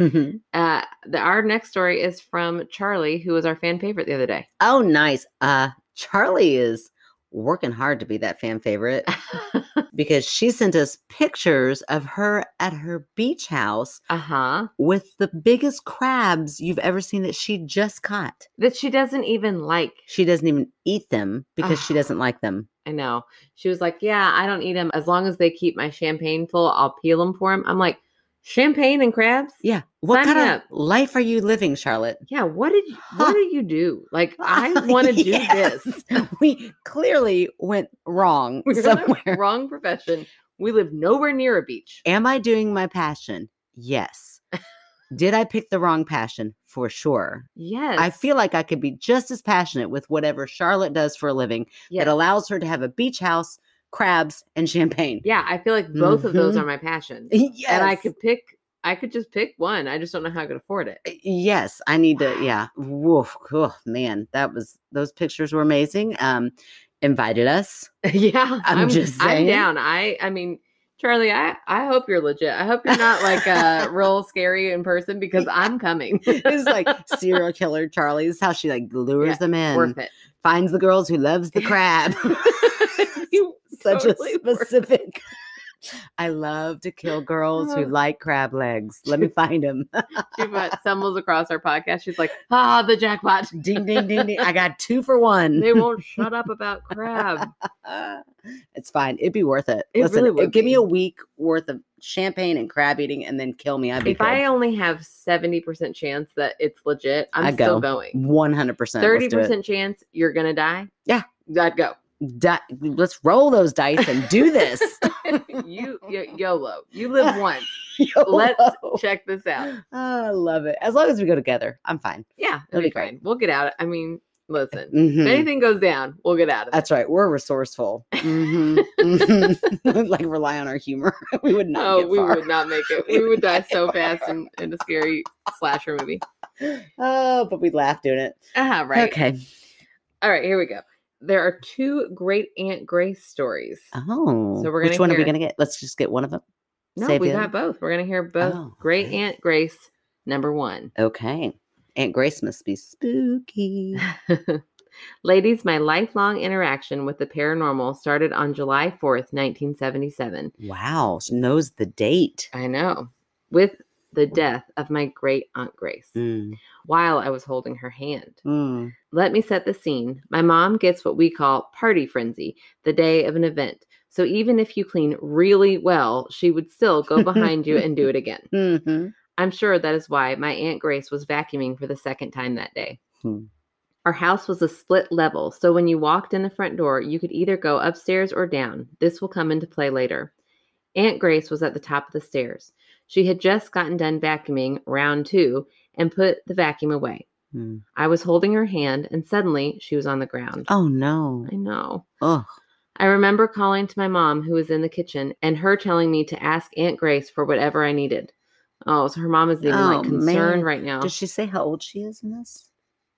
Uh, the, our next story is from Charlie, who was our fan favorite the other day. oh, nice. Uh, Charlie is working hard to be that fan favorite because she sent us pictures of her at her beach house uh huh. with the biggest crabs you've ever seen that she just caught. That she doesn't even like. She doesn't even eat them because she Ugh. doesn't like them. I know. She was like, "Yeah, I don't eat them as long as they keep my champagne full. I'll peel them for him." I'm like, "Champagne and crabs? Yeah. What Sign me kind of up. life are you living, Charlotte? Yeah, what did what do you do? Like, I want to Yes. do this. We clearly went wrong We're somewhere. in the wrong profession. We live nowhere near a beach. Am I doing my passion? Yes. Did I pick the wrong passion? For sure. Yes, I feel like I could be just as passionate with whatever Charlotte does for a living yes. that allows her to have a beach house, crabs, and champagne. yeah. I feel like both of those Mhm. are my passion, Yes. and I could pick. I could just pick one. I just don't know how I could afford it. eh, Yes, I need to. Yeah. Woof. Oh, man, that was, those pictures were amazing. Um, invited us. yeah, I'm just I'm saying. down. I I mean, Charlie, I I hope you're legit. I hope you're not like uh real scary in person because I'm coming. It's like serial killer Charlie. This is how she like lures Yeah, them in, Worth it. finds the girls who loves the crab. You Such totally a worth it. specific. I love to kill girls who Oh. like crab legs. Let me find them. She but stumbles across our podcast. She's like, ah, the jackpot. ding, ding, ding, ding. I got two for one. They won't shut up about crab. it's fine. It'd be worth it. It Listen, really would give me a be. week worth of champagne and crab eating, and then kill me. I'd be If I only have 70% chance that it's legit, I'm I still go. going. one hundred percent. Thirty percent chance you're gonna die. Yeah. I'd go. Di- let's roll those dice and do this. you y- YOLO. You live once. Let's YOLO. check this out. I love it. As long as we go together, I'm fine. Yeah, That'd it'll be be fine. We'll get out. I mean, listen, Mhm. if anything goes down, we'll get out of it. That's right. We're resourceful. Mhm. Mhm. We'd, like rely on our humor. we would not. No, get Oh, we far. would not make it. We We would would die not so get fast far. in, in a scary slasher movie. Oh, but we'd laugh doing it. Ah, right. Okay. All right, here we go. There are two great Aunt Grace stories. Oh. So we're which gonna one are we hear- gonna get? Let's just get one of them. no, save we the got both. We're gonna hear both. Oh, great okay. Aunt Grace, number one. Okay. Aunt Grace must be spooky. Ladies, my lifelong interaction with the paranormal started on July 4th, 1977. Wow, she knows the date. I know. With the death of my great Aunt Grace Mm. while I was holding her hand. Mm. Let me set the scene. My mom gets what we call party frenzy the day of an event. So even if you clean really well, she would still go behind you and do it again. Mhm. I'm sure that is why my Aunt Grace was vacuuming for the second time that day. Hmm. Our house was a split level, so when you walked in the front door, you could either go upstairs or down. This will come into play later. Aunt Grace was at the top of the stairs. She had just gotten done vacuuming round two and put the vacuum away. Mm. I was holding her hand, and suddenly she was on the ground. Oh no. I know. Oh. I remember calling to my mom, who was in the kitchen, and her telling me to ask Aunt Grace for whatever I needed. Oh, so her mom is even Oh, like concerned man. right now. Does she say how old she is in this?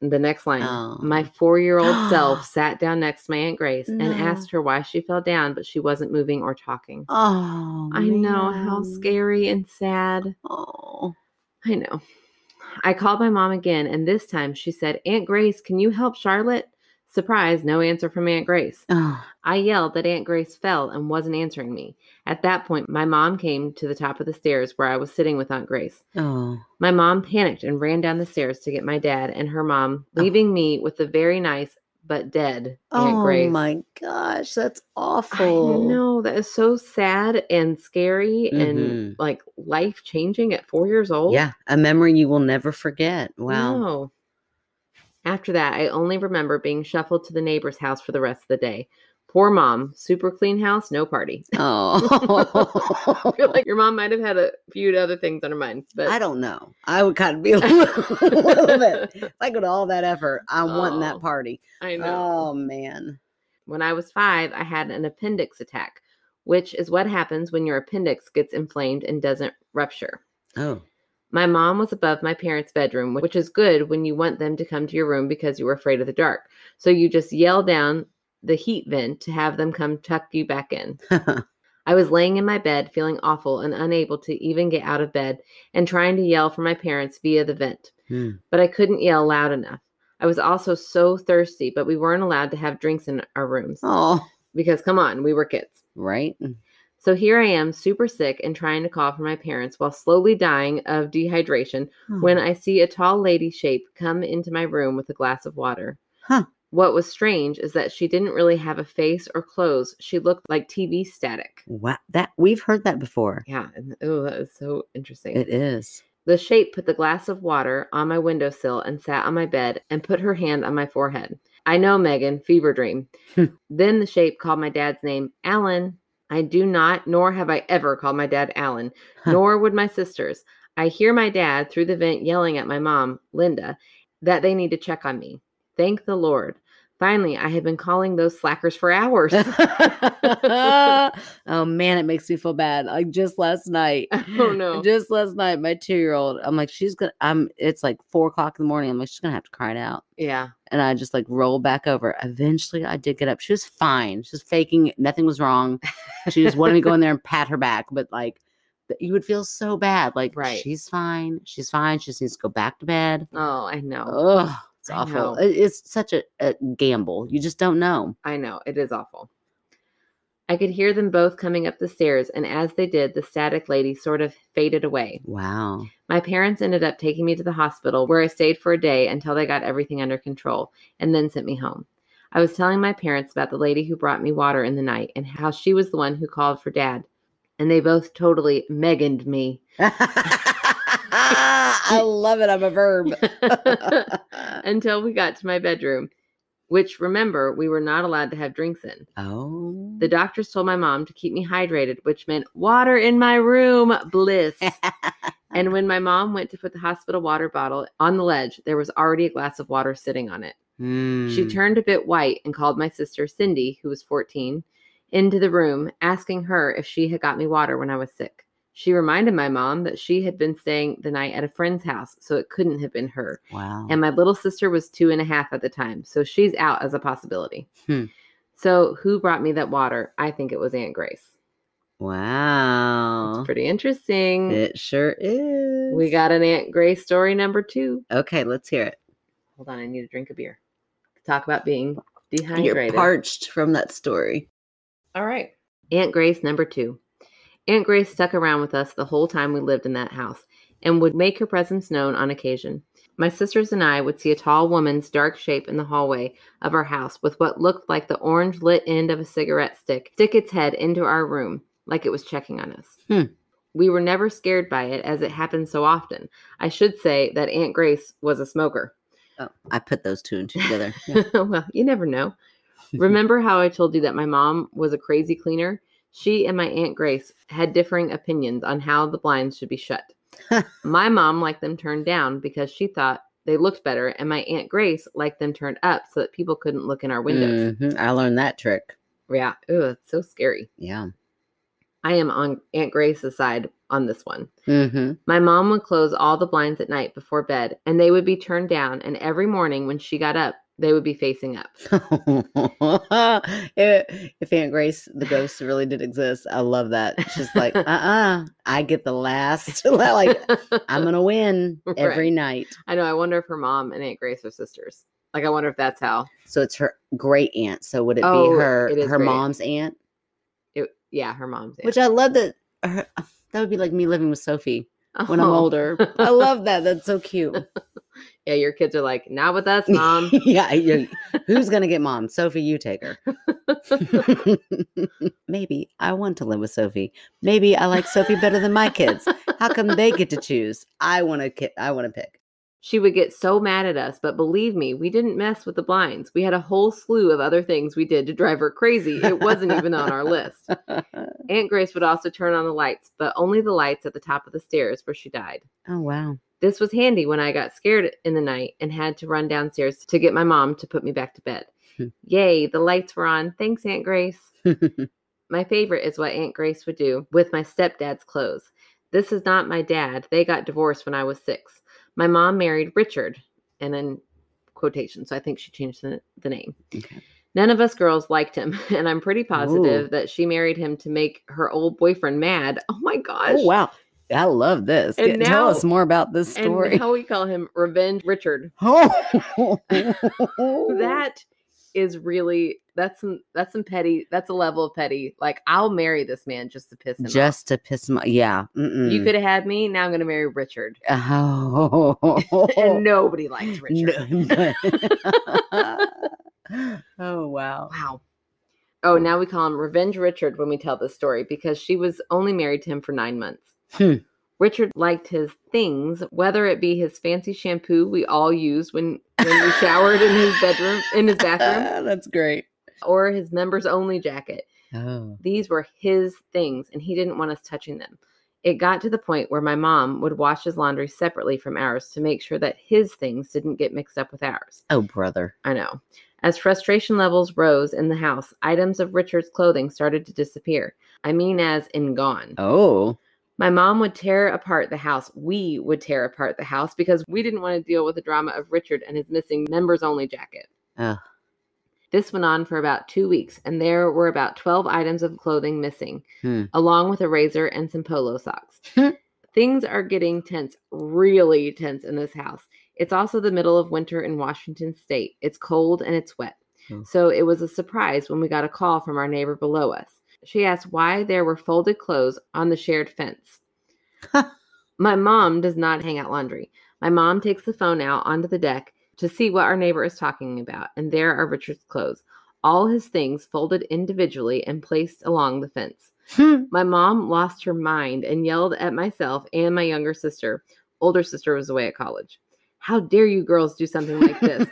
the next line Oh. My four year old self sat down next to my Aunt Grace No. and asked her why she fell down, but she wasn't moving or talking. Oh. I know how man. scary and sad. Oh. I know. I called my mom again, and this time she said, Aunt Grace, can you help Charlotte? Surprise, no answer from Aunt Grace. Oh, I yelled that Aunt Grace fell and wasn't answering me. At that point, my mom came to the top of the stairs where I was sitting with Aunt Grace. oh. My mom panicked and ran down the stairs to get my dad and her mom, Oh. leaving me with the very nice but dead Aunt oh Grace. my gosh, that's I awful. know that is so sad and scary and like life changing at four years old. Mm-hmm. Yeah, a memory you will never forget. Wow. No. After that, I only remember being shuffled to the neighbor's house for the rest of the day. Poor mom, super clean house, no party. I Oh. feel like your mom might have had a few other things on her mind, but I don't know. I would kind of be a little, little bit. If I go to all that effort, I want Oh, that party. I know. Oh man. When I was five, I had an appendix attack, which is what happens when your appendix gets inflamed and doesn't rupture. Oh. My mom was above my parents' bedroom, which is good when you want them to come to your room because you were afraid of the dark. So you just yell down the heat vent to have them come tuck you back in. I was laying in my bed, feeling awful and unable to even get out of bed, and trying to yell for my parents via the vent, Hmm. but I couldn't yell loud enough. I was also so thirsty, but we weren't allowed to have drinks in our rooms oh. because, come on, we were kids. Right. So here I am, super sick and trying to call for my parents while slowly dying of dehydration Oh. when I see a tall lady shape come into my room with a glass of water. Huh. What was strange is that she didn't really have a face or clothes. She looked like TV static. Wow. That we've heard that before. Yeah. And, oh, that is so interesting. It is. the shape put the glass of water on my windowsill and sat on my bed and put her hand on my forehead. I know, Megan, fever dream. Hmm. then the shape called my dad's name, Alan. I do not, nor have I ever called my dad Alan, Huh. nor would my sisters. I hear my dad through the vent yelling at my mom, Linda, that they need to check on me. Thank the Lord. Finally, I had been calling those slackers for hours. oh man, it makes me feel bad. Like just last night. Oh, no. Just last night, my two year old, I'm like, she's gonna I'm it's like four o'clock in the morning. I'm like, she's gonna have to cry it out. yeah. And I just like rolled back over. Eventually I did get up. She was fine. She was faking it. nothing was wrong. She just wanted me to go in there and pat her back, but like th- you would feel so bad. Like Right. she's fine. She's fine. She just needs to go back to bed. Oh, I know. Ugh. It's I awful. know. It- It's such a, a gamble. You just don't know. I know, it is awful. I could hear them both coming up the stairs, and as they did, the static lady sort of faded away. Wow. My parents ended up taking me to the hospital where I stayed for a day until they got everything under control and then sent me home. I was telling my parents about the lady who brought me water in the night and how she was the one who called for dad, and they both totally meganed me. I love it. I'm a verb. until we got to my bedroom, which remember, we were not allowed to have drinks in. oh. The doctors told my mom to keep me hydrated, which meant water in my room, bliss. and when my mom went to put the hospital water bottle on the ledge, there was already a glass of water sitting on it. She Mm. turned a bit white and called my sister Cindy, who was 14, into the room, asking her if she had got me water when I was sick. She reminded my mom that she had been staying the night at a friend's house, so it couldn't have been her. Wow. And my little sister was two and a half at the time, so she's out as a possibility. Hmm. So, who brought me that water? I think it was Aunt Grace. wow. It's pretty interesting. It sure is. We got an Aunt Grace story number two. Okay, let's hear it. Hold on, I need to drink a beer. Talk about being You're dehydrated. parched from that story. All right. Aunt Grace number two. Aunt Grace stuck around with us the whole time we lived in that house and would make her presence known on occasion. My sisters and I would see a tall woman's dark shape in the hallway of our house with what looked like the orange lit end of a cigarette stick stick its head into our room like it was checking on us. Hmm. We were never scared by it as it happened so often. I should say that Aunt Grace was a smoker. Oh, I put those two and two together. Yeah. well, you never know. Remember how I told you that my mom was a crazy cleaner? She and my Aunt Grace had differing opinions on how the blinds should be shut. my mom liked them turned down because she thought they looked better, and my Aunt Grace liked them turned up so that people couldn't look in our windows. Mhm, I learned that trick. Yeah. Ooh, it's so scary. Yeah. I am on Aunt Grace's side on this one. hmm My mom would close all the blinds at night before bed, and they would be turned down, and every morning when she got up, they would be facing up. if, if Aunt Grace, the ghost, really did exist, I love that. She's like, uh uh I get the last. like, I'm gonna win every night. I know. I wonder if her mom and Aunt Grace are sisters. Like, I wonder if that's how. So it's her great aunt. So would it Oh, be her it is her great aunt. mom's aunt? It, yeah, her mom's. aunt. Which I love that. Her, that would be like me living with Sophie when I'm Oh. older. I love that. That's so cute. yeah, your kids are like, not with us, mom. yeah, you- who's gonna get mom? Sophie, you take her. Maybe I want to live with Sophie. Maybe I like Sophie better than my kids. How come they get to choose? I want to. Ki- I want to pick. She would get so mad at us, but believe me, we didn't mess with the blinds. We had a whole slew of other things we did to drive her crazy. It wasn't even on our list. Aunt Grace would also turn on the lights, but only the lights at the top of the stairs where she died. oh wow. This was handy when I got scared in the night and had to run downstairs to get my mom to put me back to bed. Hmm. Yay, the lights were on. Thanks, Aunt Grace. My favorite is what Aunt Grace would do with my stepdad's clothes. This is not my dad. They got divorced when I was six. My mom married Richard, and then quotation, so I think she changed the, the name. Okay. None of us girls liked him, and I'm pretty positive Ooh. that she married him to make her old boyfriend mad. Oh my gosh. Oh wow. I love this. And Get- Tell now- us more about this story. And how we call him Revenge Richard. oh, Mm-hmm. That is really that's some that's some petty that's a level of petty. Like I'll marry this man just to piss him off. just mm. to piss my yeah. Mm-mm. You could have had me. Now I'm going to marry Richard. Oh. And nobody likes Richard. No, but- oh wow. Wow. Oh, now we call him Revenge Richard when we tell this story because she was only married to him for nine months. Hmm. Richard liked his things, whether it be his fancy shampoo we all use when, when we showered in his bedroom, in his bathroom, Ah, That's great. or his members only jacket. Oh. These were his things, and he didn't want us touching them. It got to the point where my mom would wash his laundry separately from ours to make sure that his things didn't get mixed up with ours. Oh brother. I know. As frustration levels rose in the house, items of Richard's clothing started to disappear. I mean, as in gone. Oh. My mom would tear apart the house. We would tear apart the house because we didn't want to deal with the drama of Richard and his missing members only jacket. Ugh. This went on for about two weeks, and there were about 12 items of clothing missing, Hmm. along with a razor and some polo socks. Things are getting tense, really tense in this house. It's also the middle of winter in Washington state. It's cold and it's wet. Oh. So it was a surprise when we got a call from our neighbor below us. She asked why there were folded clothes on the shared fence. My mom does not hang out laundry. My mom takes the phone out onto the deck to see what our neighbor is talking about, and there are Richard's clothes, all his things folded individually and placed along the fence. Hmm. My mom lost her mind and yelled at myself and my younger sister. Older sister was away at college. How dare you girls do something like this?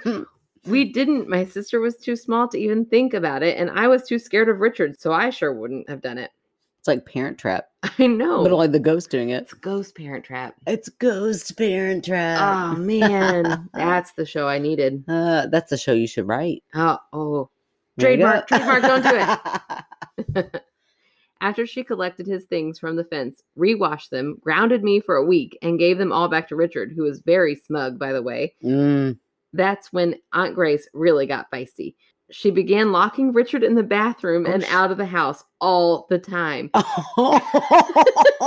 We didn't. My sister was too small to even think about it, and I was too scared of Richard, so I sure wouldn't have done it. It's like Parent Trap, I know. but like the ghost doing it. it's Ghost Parent Trap. It's Ghost Parent Oh Trap. man, that's the show I needed. Uh, that's a show you should write. Oh, oh. There you go. Trademark, trademark, don't do it. After she collected his things from the fence, rewashed them, grounded me for a week, and gave them all back to Richard, who was very smug, by the way. Mm. That's when Aunt Grace really got feisty. She began locking Richard in the bathroom Oh, and sh- out of the house all the time. Mm.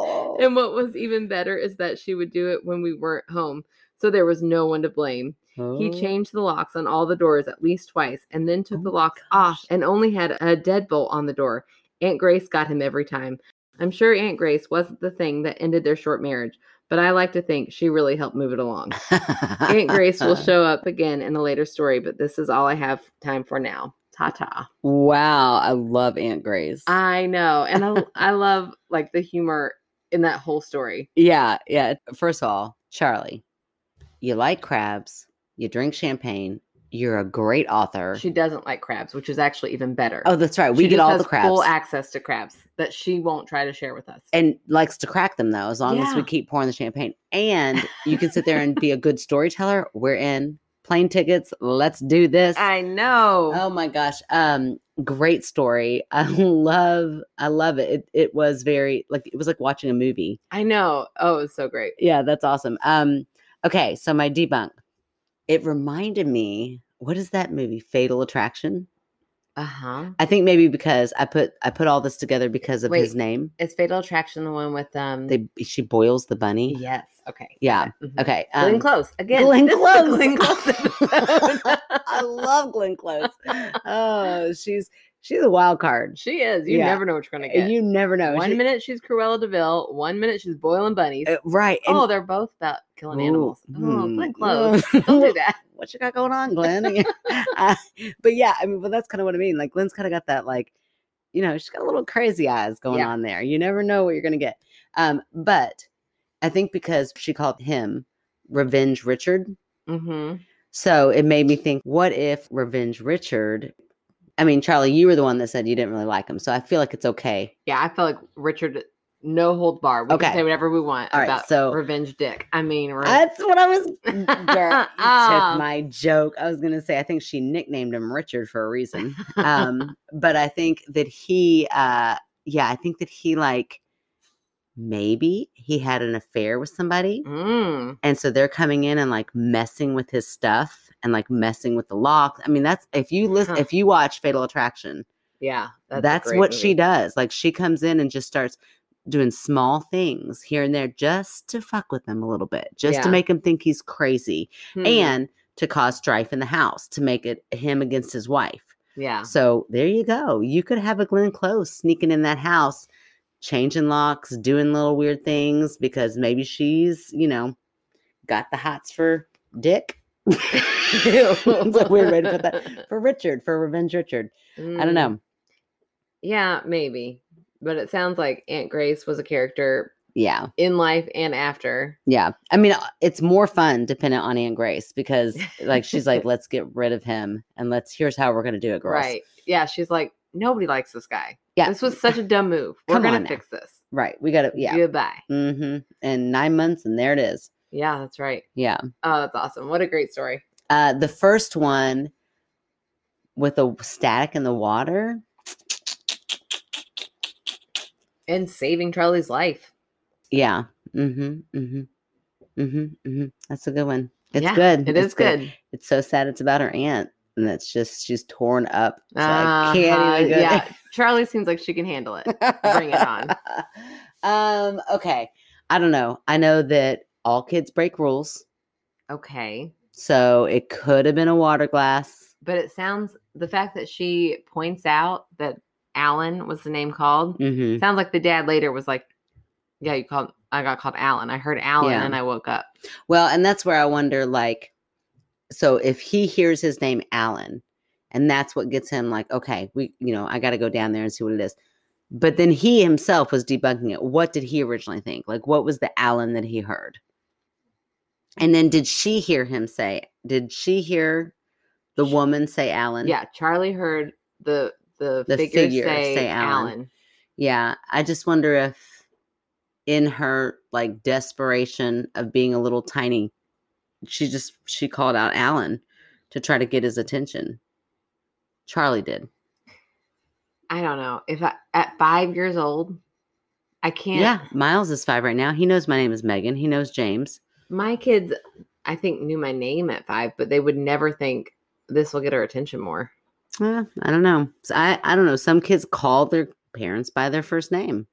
Oh. And what was even better is that she would do it when we weren't home, so there was no one to blame. He Oh. changed the locks on all the doors at least twice and then took Oh the my locks off and only had a deadbolt on the door. Aunt Grace got him every time. I'm sure Aunt Grace wasn't the thing that ended their short marriage, but I like to think she really helped move it along. Aunt Grace will show up again in a later story, but this is all I have time for now. Ta ta. Wow, I love Aunt Grace. I know. And I, I love like the humor in that whole story. yeah, yeah. First of all, Charlie, you like crabs, you drink champagne, you're a great author. She doesn't like crabs, which is actually even better. oh, that's right. We She get just all has the crabs. Full access to crabs that she won't try to share with us. and likes to crack them though, as long as we Yeah. keep pouring the champagne. And you can sit there and be a good storyteller. We're in plane tickets. Let's do this. I know. Oh my gosh. Um great story. I love I love it. It it was very like it was like watching a movie. I know. Oh, it's so great. Yeah, that's awesome. Um okay, so my debunk. It reminded me, what is that movie? Fatal Attraction? Uh huh. I think maybe because I put I put all this together because of his Wait. name. Is Fatal Attraction the one with um? They she boils the bunny. yes. Okay. Yeah. Mhm. Okay. Glenn um, Close again. Glenn this is a Close. Glenn Close episode. I love Glenn Close. Oh, she's she's a wild card. she is. You Yeah. Uh, never know what you're gonna get. You never know. Oh one She- minute she's Cruella Deville. One minute she's boiling bunnies. uh, right. and- oh, they're both about killing Ooh, animals. Oh, mm, Glenn Close. mm. Don't do that. what you got going on, Glenn? Uh, but yeah, I mean, but that's kind of what I mean. Like Glenn's kind of got that like, you know, she's got a little crazy eyes going Yeah. on there. You never know what you're gonna get. Um, but I think because she called him Revenge Richard, Mm-hmm. so it made me think, what if Revenge Richard? I mean, Charlie, you were the one that said you didn't really like him, so I feel like it's okay. Yeah, I feel like Richard, no hold bar. We Okay. can say whatever we want All right, about so- revenge dick. I mean, re- That's what I was. Girl, you Ah. took my joke. I was gonna say I think she nicknamed him Richard for a reason. um but i think that he uh yeah i think that he like maybe he had an affair with somebody Mm. and so they're coming in and like messing with his stuff and like messing with the lock i mean that's if you listen Huh. if you watch fatal attraction Yeah, that's, a great what she movie. does like she comes in and just starts doing small things here and there just to fuck with him a little bit just to Yeah. make him think he's crazy Hmm. and to cause strife in the house to make it him against his wife yeah, so there you go. You could have a Glenn Close sneaking in that house, changing locks, doing little weird things because maybe she's, you know, got the hots for Dick. it's a weird way to put that. For Richard, for Revenge Richard. I don't Mm. know. Yeah, maybe, but it sounds like Aunt Grace was a character Yeah. in life and after. Yeah. I mean, uh, it's more fun dependent on Anne Grace because like she's like, let's get rid of him and let's here's how we're gonna do it, girls. Right? Yeah, she's like nobody likes this guy. Yeah. this was such a dumb move. We're Come on gonna now. fix this. Right. We gotta yeah. Goodbye. Mm-hmm. And nine months and there it is. Yeah, that's right. Yeah. Oh, that's awesome. What a great story. Uh, the first one with the static in the water. And saving Charlie's life. Yeah. Mm-hmm. Mm-hmm. Mm-hmm. Mm-hmm. That's a good one. It's Yeah, good. It it's is good. It's so sad. It's about her aunt, and that's just she's torn up. So I Uh-huh, can't even. Go Yeah, Charlie seems like she can handle it. Bring it on. um. Okay. I don't know. I know that all kids break rules, Okay. so it could have been a water glass. But it sounds the fact that she points out that Alan was the name called Mm-hmm. sounds like the dad later was like, Yeah, you called I got called Alan. I heard Alan Yeah. and I woke up. Well, and that's where I wonder like, so if he hears his name Alan, and that's what gets him like, okay, we, you know, I got to go down there and see what it is. But then he himself was debunking it. What did he originally think? Like, what was the Alan that he heard? And then did she hear him say, did she hear the woman say Alan? Yeah, Charlie heard the the, The figure, figure say, say Alan. Alan. Yeah, I just wonder if in her like desperation of being a little tiny, she just she called out Alan to try to get his attention. Charlie did. I don't know. If I at five years old, I can't Yeah, Miles is 5 right now. He knows my name is Megan. He knows James. my kids I think knew my name at five, but they would never think this will get her attention more. Eh, I don't know. So I I don't know. Some kids call their parents by their first name.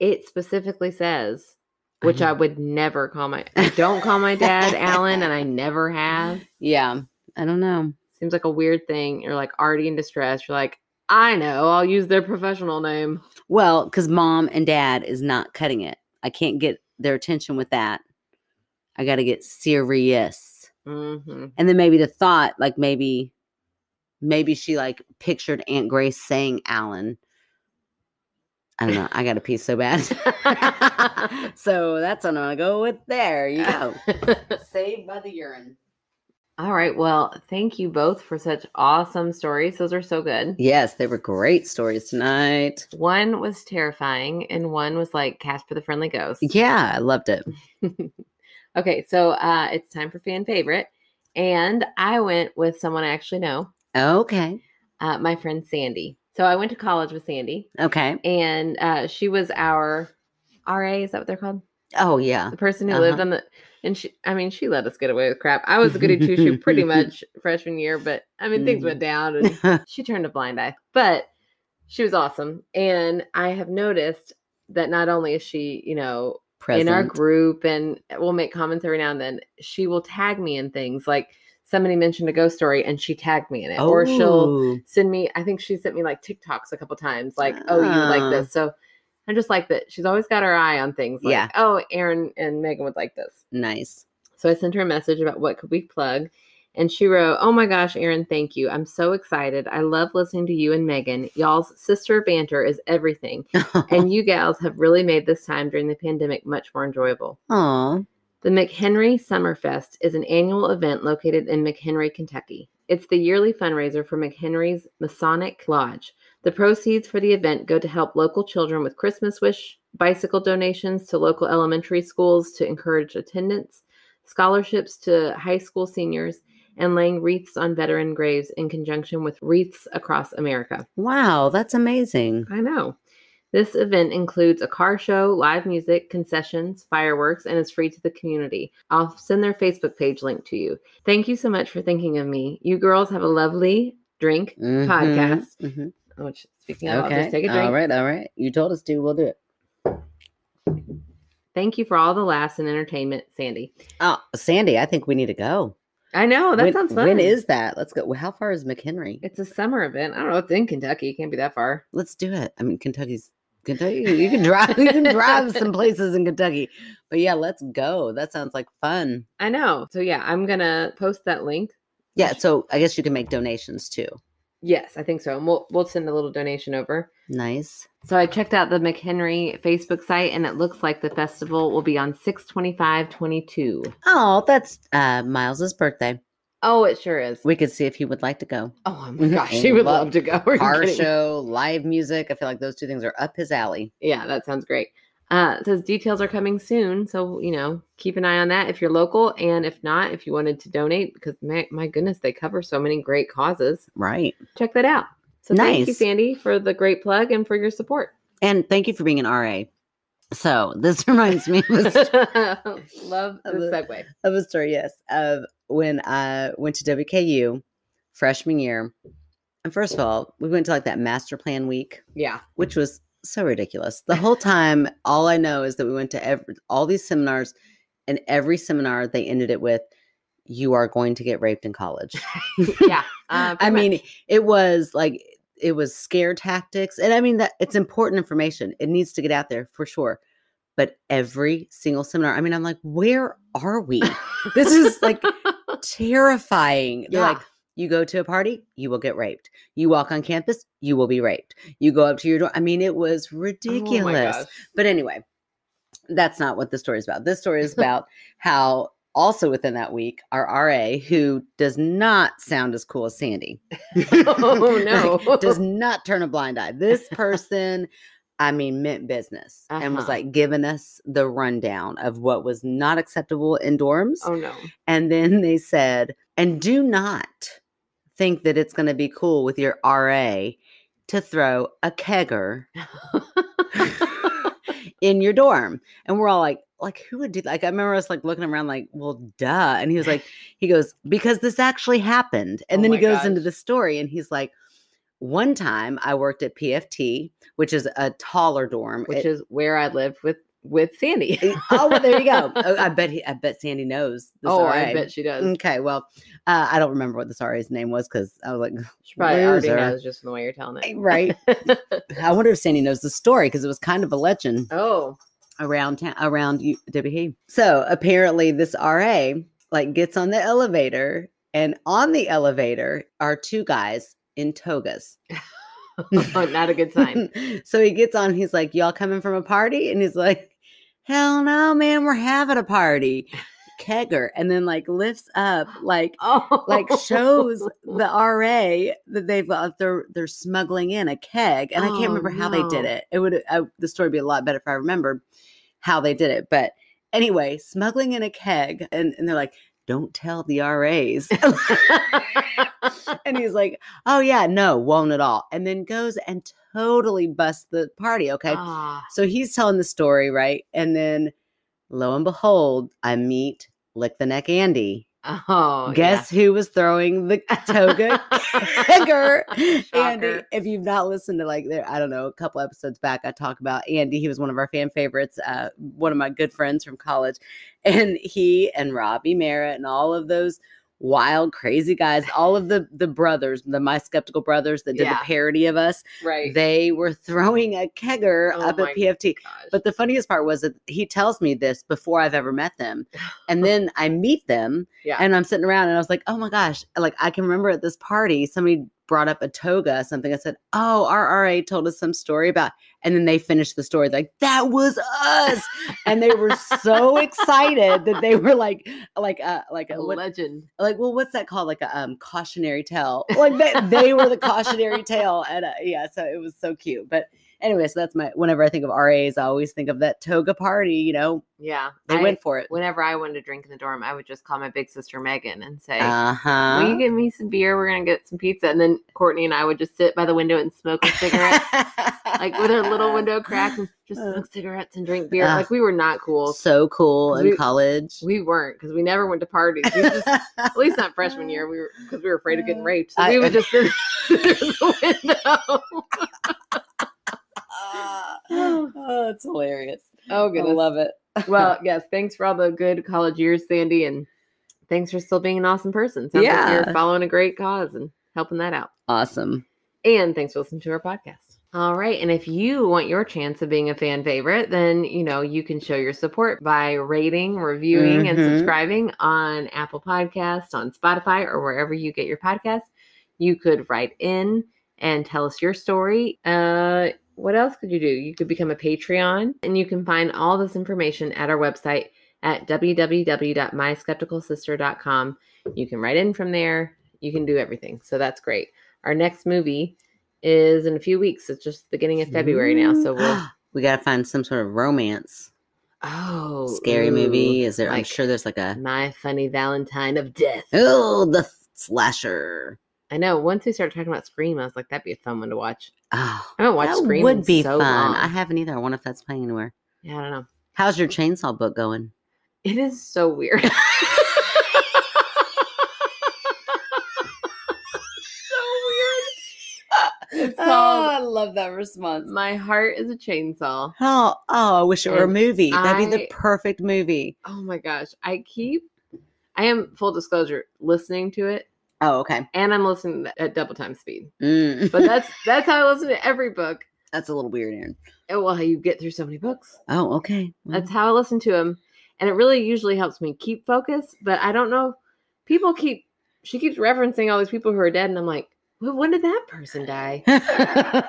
It specifically says, I which know. I would never call my I don't call my dad Alan, and I never have. Yeah, I don't know. Seems like a weird thing. You're like already in distress. You're like, I know, I'll use their professional name. Well, cuz mom and dad is not cutting it. I can't get their attention with that. I got to get serious. hmm and then maybe the thought like maybe maybe she like pictured aunt grace saying alan i don't know i got a piece so bad so that's what i'm gonna go with there you go saved by the urine All right. Well, thank you both for such awesome stories. Those are so good. yes they were great stories tonight One was terrifying, and one was like Casper the Friendly Ghost. yeah i loved it okay, so uh, it's time for fan favorite, and I went with someone I actually know, okay uh, my friend Sandy. So I went to college with Sandy, okay and uh, she was our RA. Is that what they're called? oh yeah The person who Uh-huh. lived on the And she, I mean, she let us get away with crap. I was a goody two shoe pretty much freshman year, but I mean, things went Mm-hmm. down and she turned a blind eye. But she was awesome. And I have noticed that not only is she, you know, Present. in our group and we'll make comments every now and then she will tag me in things like somebody mentioned a ghost story and she tagged me in it or she'll Oh, send me i think she sent me like tiktoks a couple times like oh you would Ah. like this so i just like that she's always got her eye on things like Yeah. oh aaron and megan would like this nice. so i sent her a message about what could we plug and she wrote oh my gosh aaron thank you i'm so excited i love listening to you and megan y'all's sister banter is everything and you gals have really made this time during the pandemic much more enjoyable. Aw, The McHenry Summerfest is an annual event located in McHenry, Kentucky. It's the yearly fundraiser for McHenry's Masonic Lodge. The proceeds for the event go to help local children with Christmas wish, bicycle donations to local elementary schools to encourage attendance, scholarships to high school seniors, and laying wreaths on veteran graves in conjunction with Wreaths Across America. wow, that's amazing. I know. This event includes a car show, live music, concessions, fireworks, and is free to the community. I'll send their Facebook page link to you. Thank you so much for thinking of me. You girls have a lovely drink, Podcast. Mhm, mhm. which, speaking of, I'll Okay. just take a drink. All right. All right. You told us to. We'll do it. Thank you for all the laughs and entertainment, Sandy. Oh, Sandy, I think we need to go. I know. Oh, That When- sounds fun. When is that? Let's go. How far is McHenry? It's a summer event. I don't know. It's in Kentucky. It can't be that far. Let's do it. I mean, Kentucky's Kentucky. You can drive. You can drive some places in Kentucky. But yeah, let's go. That sounds like fun. I know. So, yeah, I'm going to post that link. Yeah. So I guess you can make donations too. Yes, I think so. And we'll, we'll send a little donation over. Nice. So I checked out the McHenry Facebook site and it looks like the festival will be on 62522. Oh, that's uh, Miles's birthday. Oh, it sure is. We could see if he would like to go. oh my Mhm. gosh, he would Love- love to go. Are you Car kidding? show, live music. I feel like those two things are up his alley. Yeah, that sounds great. Uh, it says details are coming soon, so you know keep an eye on that if you're local, and if not, if you wanted to donate, because my, my goodness, they cover so many great causes. Right. Check that out. So thank you, Nice. Sandy, for the great plug and for your support. And thank you for being an RA. So this reminds me of a love the segue. of a story, yes, of when I went to WKU freshman year. And first of all, we went to like that master plan week, Yeah, which was so ridiculous. The whole time, all I know is that we went to ev- all these seminars, and every seminar they ended it with, You are going to get raped in college. yeah. Uh, I pretty mean, much. it was like, it was scare tactics. And I mean, that Mm-hmm. it's important information. It needs to get out there for sure. But every single seminar, I mean, I'm like, where are we? This is like terrifying. They're Yeah. like, you go to a party, you will get raped. You walk on campus, you will be raped. You go up to your door. I mean, it was Oh my ridiculous. gosh. but anyway, that's not what the story is about. This story is about how also within that week, our RA, who does not sound as cool as Sandy, oh no. like, does not turn a blind eye. This person, I mean, meant business and was Uh-huh. like giving us the rundown of what was not acceptable in dorms. oh no. And then they said, and do not think that it's going to be cool with your RA to throw a kegger in your dorm. And we're all like, like who would do like I remember us like looking around like, well, duh. And he was like, he goes, because this actually happened. And Oh then he my goes into gosh. the story and he's like, one time I worked at PFT, which is a taller dorm. Which It- is where I lived with with Sandy. oh, well, there you go. Oh, I bet he, I bet Sandy knows. this oh, RA. I bet she does. Okay, well, uh, I don't remember what the sorry's name was because I was like, She probably already loser. knows just from the way you're telling it. right. I wonder if Sandy knows the story because it was kind of a legend oh. around town, around U- WHE. So apparently, this RA like gets on the elevator, and on the elevator are two guys in togas. Not a good sign. so he gets on. He's like, "Y'all coming from a party?" And he's like, "Hell no, man, we're having a party." Kegger, and then like lifts up like Oh. like shows the RA that they've uh, they're they're smuggling in a keg, and I Oh, can't remember how they did no. it. It would I, the story would be a lot better if I remembered how they did it. But anyway, smuggling in a keg, and, and they're like, "Don't tell the RAs." Oh. and he's like, "Oh yeah, no, won't at all." And then goes and totally busts the party. Okay, Ah, so he's telling the story, right? And then Lo and behold, I meet Lick the Neck Andy. Oh, Guess who was throwing the yeah. toga Hager. Andy, Shocker. if you've not listened to like there, I don't know, a couple episodes back, I talk about Andy. He was one of our fan favorites, uh, one of my good friends from college. And he and Robbie Merritt and all of those wild, crazy guys, all of the the brothers, the My Skeptical Brothers that did Yeah. the parody of us, Right. they were throwing a kegger Oh up my at PFT. Gosh. But the funniest part was that he tells me this before I've ever met them. And then I meet them Yeah. and I'm sitting around and I was like, oh my gosh, like I can remember at this party, somebody brought up a toga, something. I said, oh, RRA told us some story about, and then they finished the story like, that was us. and they were so excited that they were like, like, uh, like, a a, what, legend. like, well, what's that called? Like a um, cautionary tale. Like that, they were the cautionary tale, and uh, yeah, so it was so cute. But anyway, so that's my. Whenever I think of RAs, I always think of that toga party. You know, Yeah. they I- went for it. Whenever I wanted to drink in the dorm, I would just call my big sister Megan and say, Uh Will you huh. give me some beer? We're gonna get some pizza. And then Courtney and I would just sit by the window and smoke a cigarette, like with our little window cracked, and just Uh. smoke cigarettes and drink beer. Ugh. Like we were not cool. So cool in We- college. We weren't because we never went to parties. We just, at least not freshman year. We were because we were afraid of getting raped. So Uh, I- we would just sit sit at the window. oh, it's hilarious. Oh I goodness. love it. well, yes. Thanks for all the good college years, Sandy, and thanks for still being an awesome person. Sounds like Yeah. you're following a great cause and helping that out. Awesome. And thanks for listening to our podcast. All right. And if you want your chance of being a fan favorite, then you know you can show your support by rating, reviewing, and Mhm. subscribing on Apple Podcasts, on Spotify, or wherever you get your podcast. You could write in and tell us your story. Uh what else could you do? You could become a Patreon, and you can find all this information at our website at www.myskepticalsister.com. You can write in from there. You can do everything. So that's great. Our next movie is in a few weeks. It's just the beginning of February now. So we'll we gotta find some sort of romance oh scary movie. ooh, Is there? I'm like sure there's like a My Funny Valentine of Death. oh the slasher. I know. Once we started talking about Scream, I was like, that'd be a fun one to watch. Oh, I haven't watched that Scream. in would be so fun. long. I haven't either. I wonder if that's playing anywhere. yeah, I don't know. How's your chainsaw book going? It is so weird. It's called- Oh, love that response. My heart is a chainsaw. Oh, oh, I wish it were a And movie. That'd be I- the perfect movie. Oh my gosh. I keep, I am full disclosure, listening to it Oh, okay. and I'm listening at double time speed. Mm. But that's, that's how I listen to every book. That's a little weird, Aaron. Oh, well, you get through so many books. Oh, okay. Well, That's how I listen to them. And it really usually helps me keep focus. But I don't know. People keep, she keeps referencing all these people who are dead. And I'm like, well, when did that person die?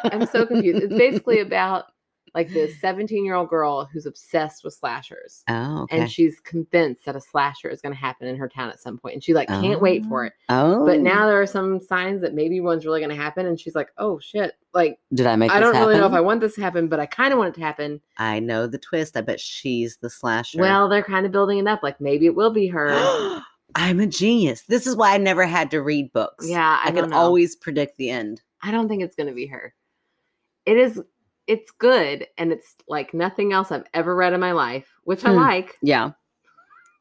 I'm so confused. It's basically about like this 17 year old girl who's obsessed with slashers. Oh, okay. And she's convinced that a slasher is going to happen in her town at some point, and she like can't wait for it. oh, But now there are some signs that maybe one's really going to happen, and she's like, "Oh shit! Like did I make? I this don't really know if I happen? want this to happen, but I kind of want it to happen." I know the twist. I bet she's the slasher. Well, they're kind of building it up, like maybe it will be her. I'm a genius. This is why I never had to read books. yeah, I, I, don't can know. always predict the end. I don't think it's going to be her. It is. It's good, and it's like nothing else I've ever read in my life, which I Hmm. like. Yeah.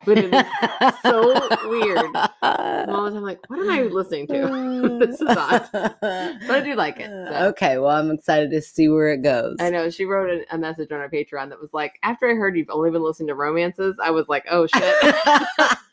But it is so weird. I'm all the time like, what am I listening to? This is odd. But I do like it. so. Mm. Uh, Okay, well, I'm excited to see where it goes. I know she wrote a, a message on our Patreon that was like, after I heard you've only been listening to romances, I was like, oh shit. but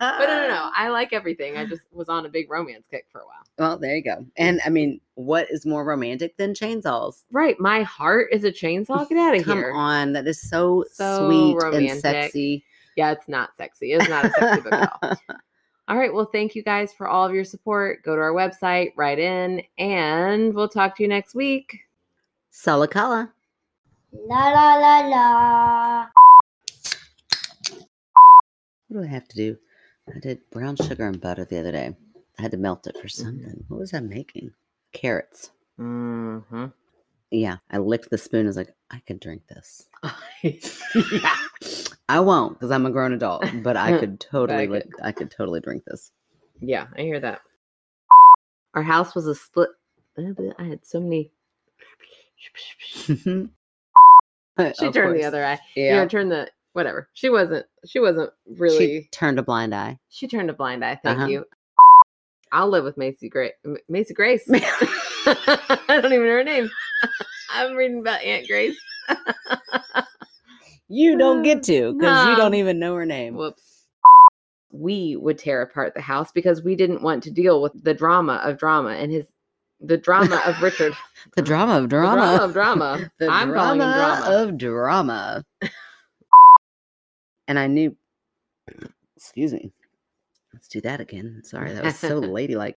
no, no, no. I like everything. I just was on a big romance kick for a while. Well, there you go. And I mean, what is more romantic than chainsaws? Right. My heart is a chainsaw. Get out of Come here. on, that is so, So sweet and romantic. sexy. Yeah, it's not sexy. It's not a sexy book at all. All right. Well, thank you guys for all of your support. Go to our website, write in, and we'll talk to you next week. Salakala. La la la la. What do I have to do? I did brown sugar and butter the other day. I had to melt it for something. What was I making? Carrots. Mm-hmm. Yeah, I licked the spoon. I was like, I could drink this. I won't because I'm a grown adult, but I could totally, could. lick, I could totally drink this. Yeah, I hear that. Our house was a split. I had so many. She she turned the other eye. Yeah. Yeah, you know, turn the whatever. She wasn't. She wasn't She really. turned a blind eye. She, turned a blind eye. Thank Uh-huh. you. I'll live with Macy Grace. Macy Grace. I don't even know her name. I'm reading about Aunt Grace. You Uh, don't get to because you don't No. even know her name. Whoops. We would tear apart the house because we didn't want to deal with the drama of drama and his the drama of Richard. the drama of drama. The drama of drama. The I'm calling him drama drama. of drama. and I knew. Excuse me. Let's do that again. Sorry, that was so ladylike.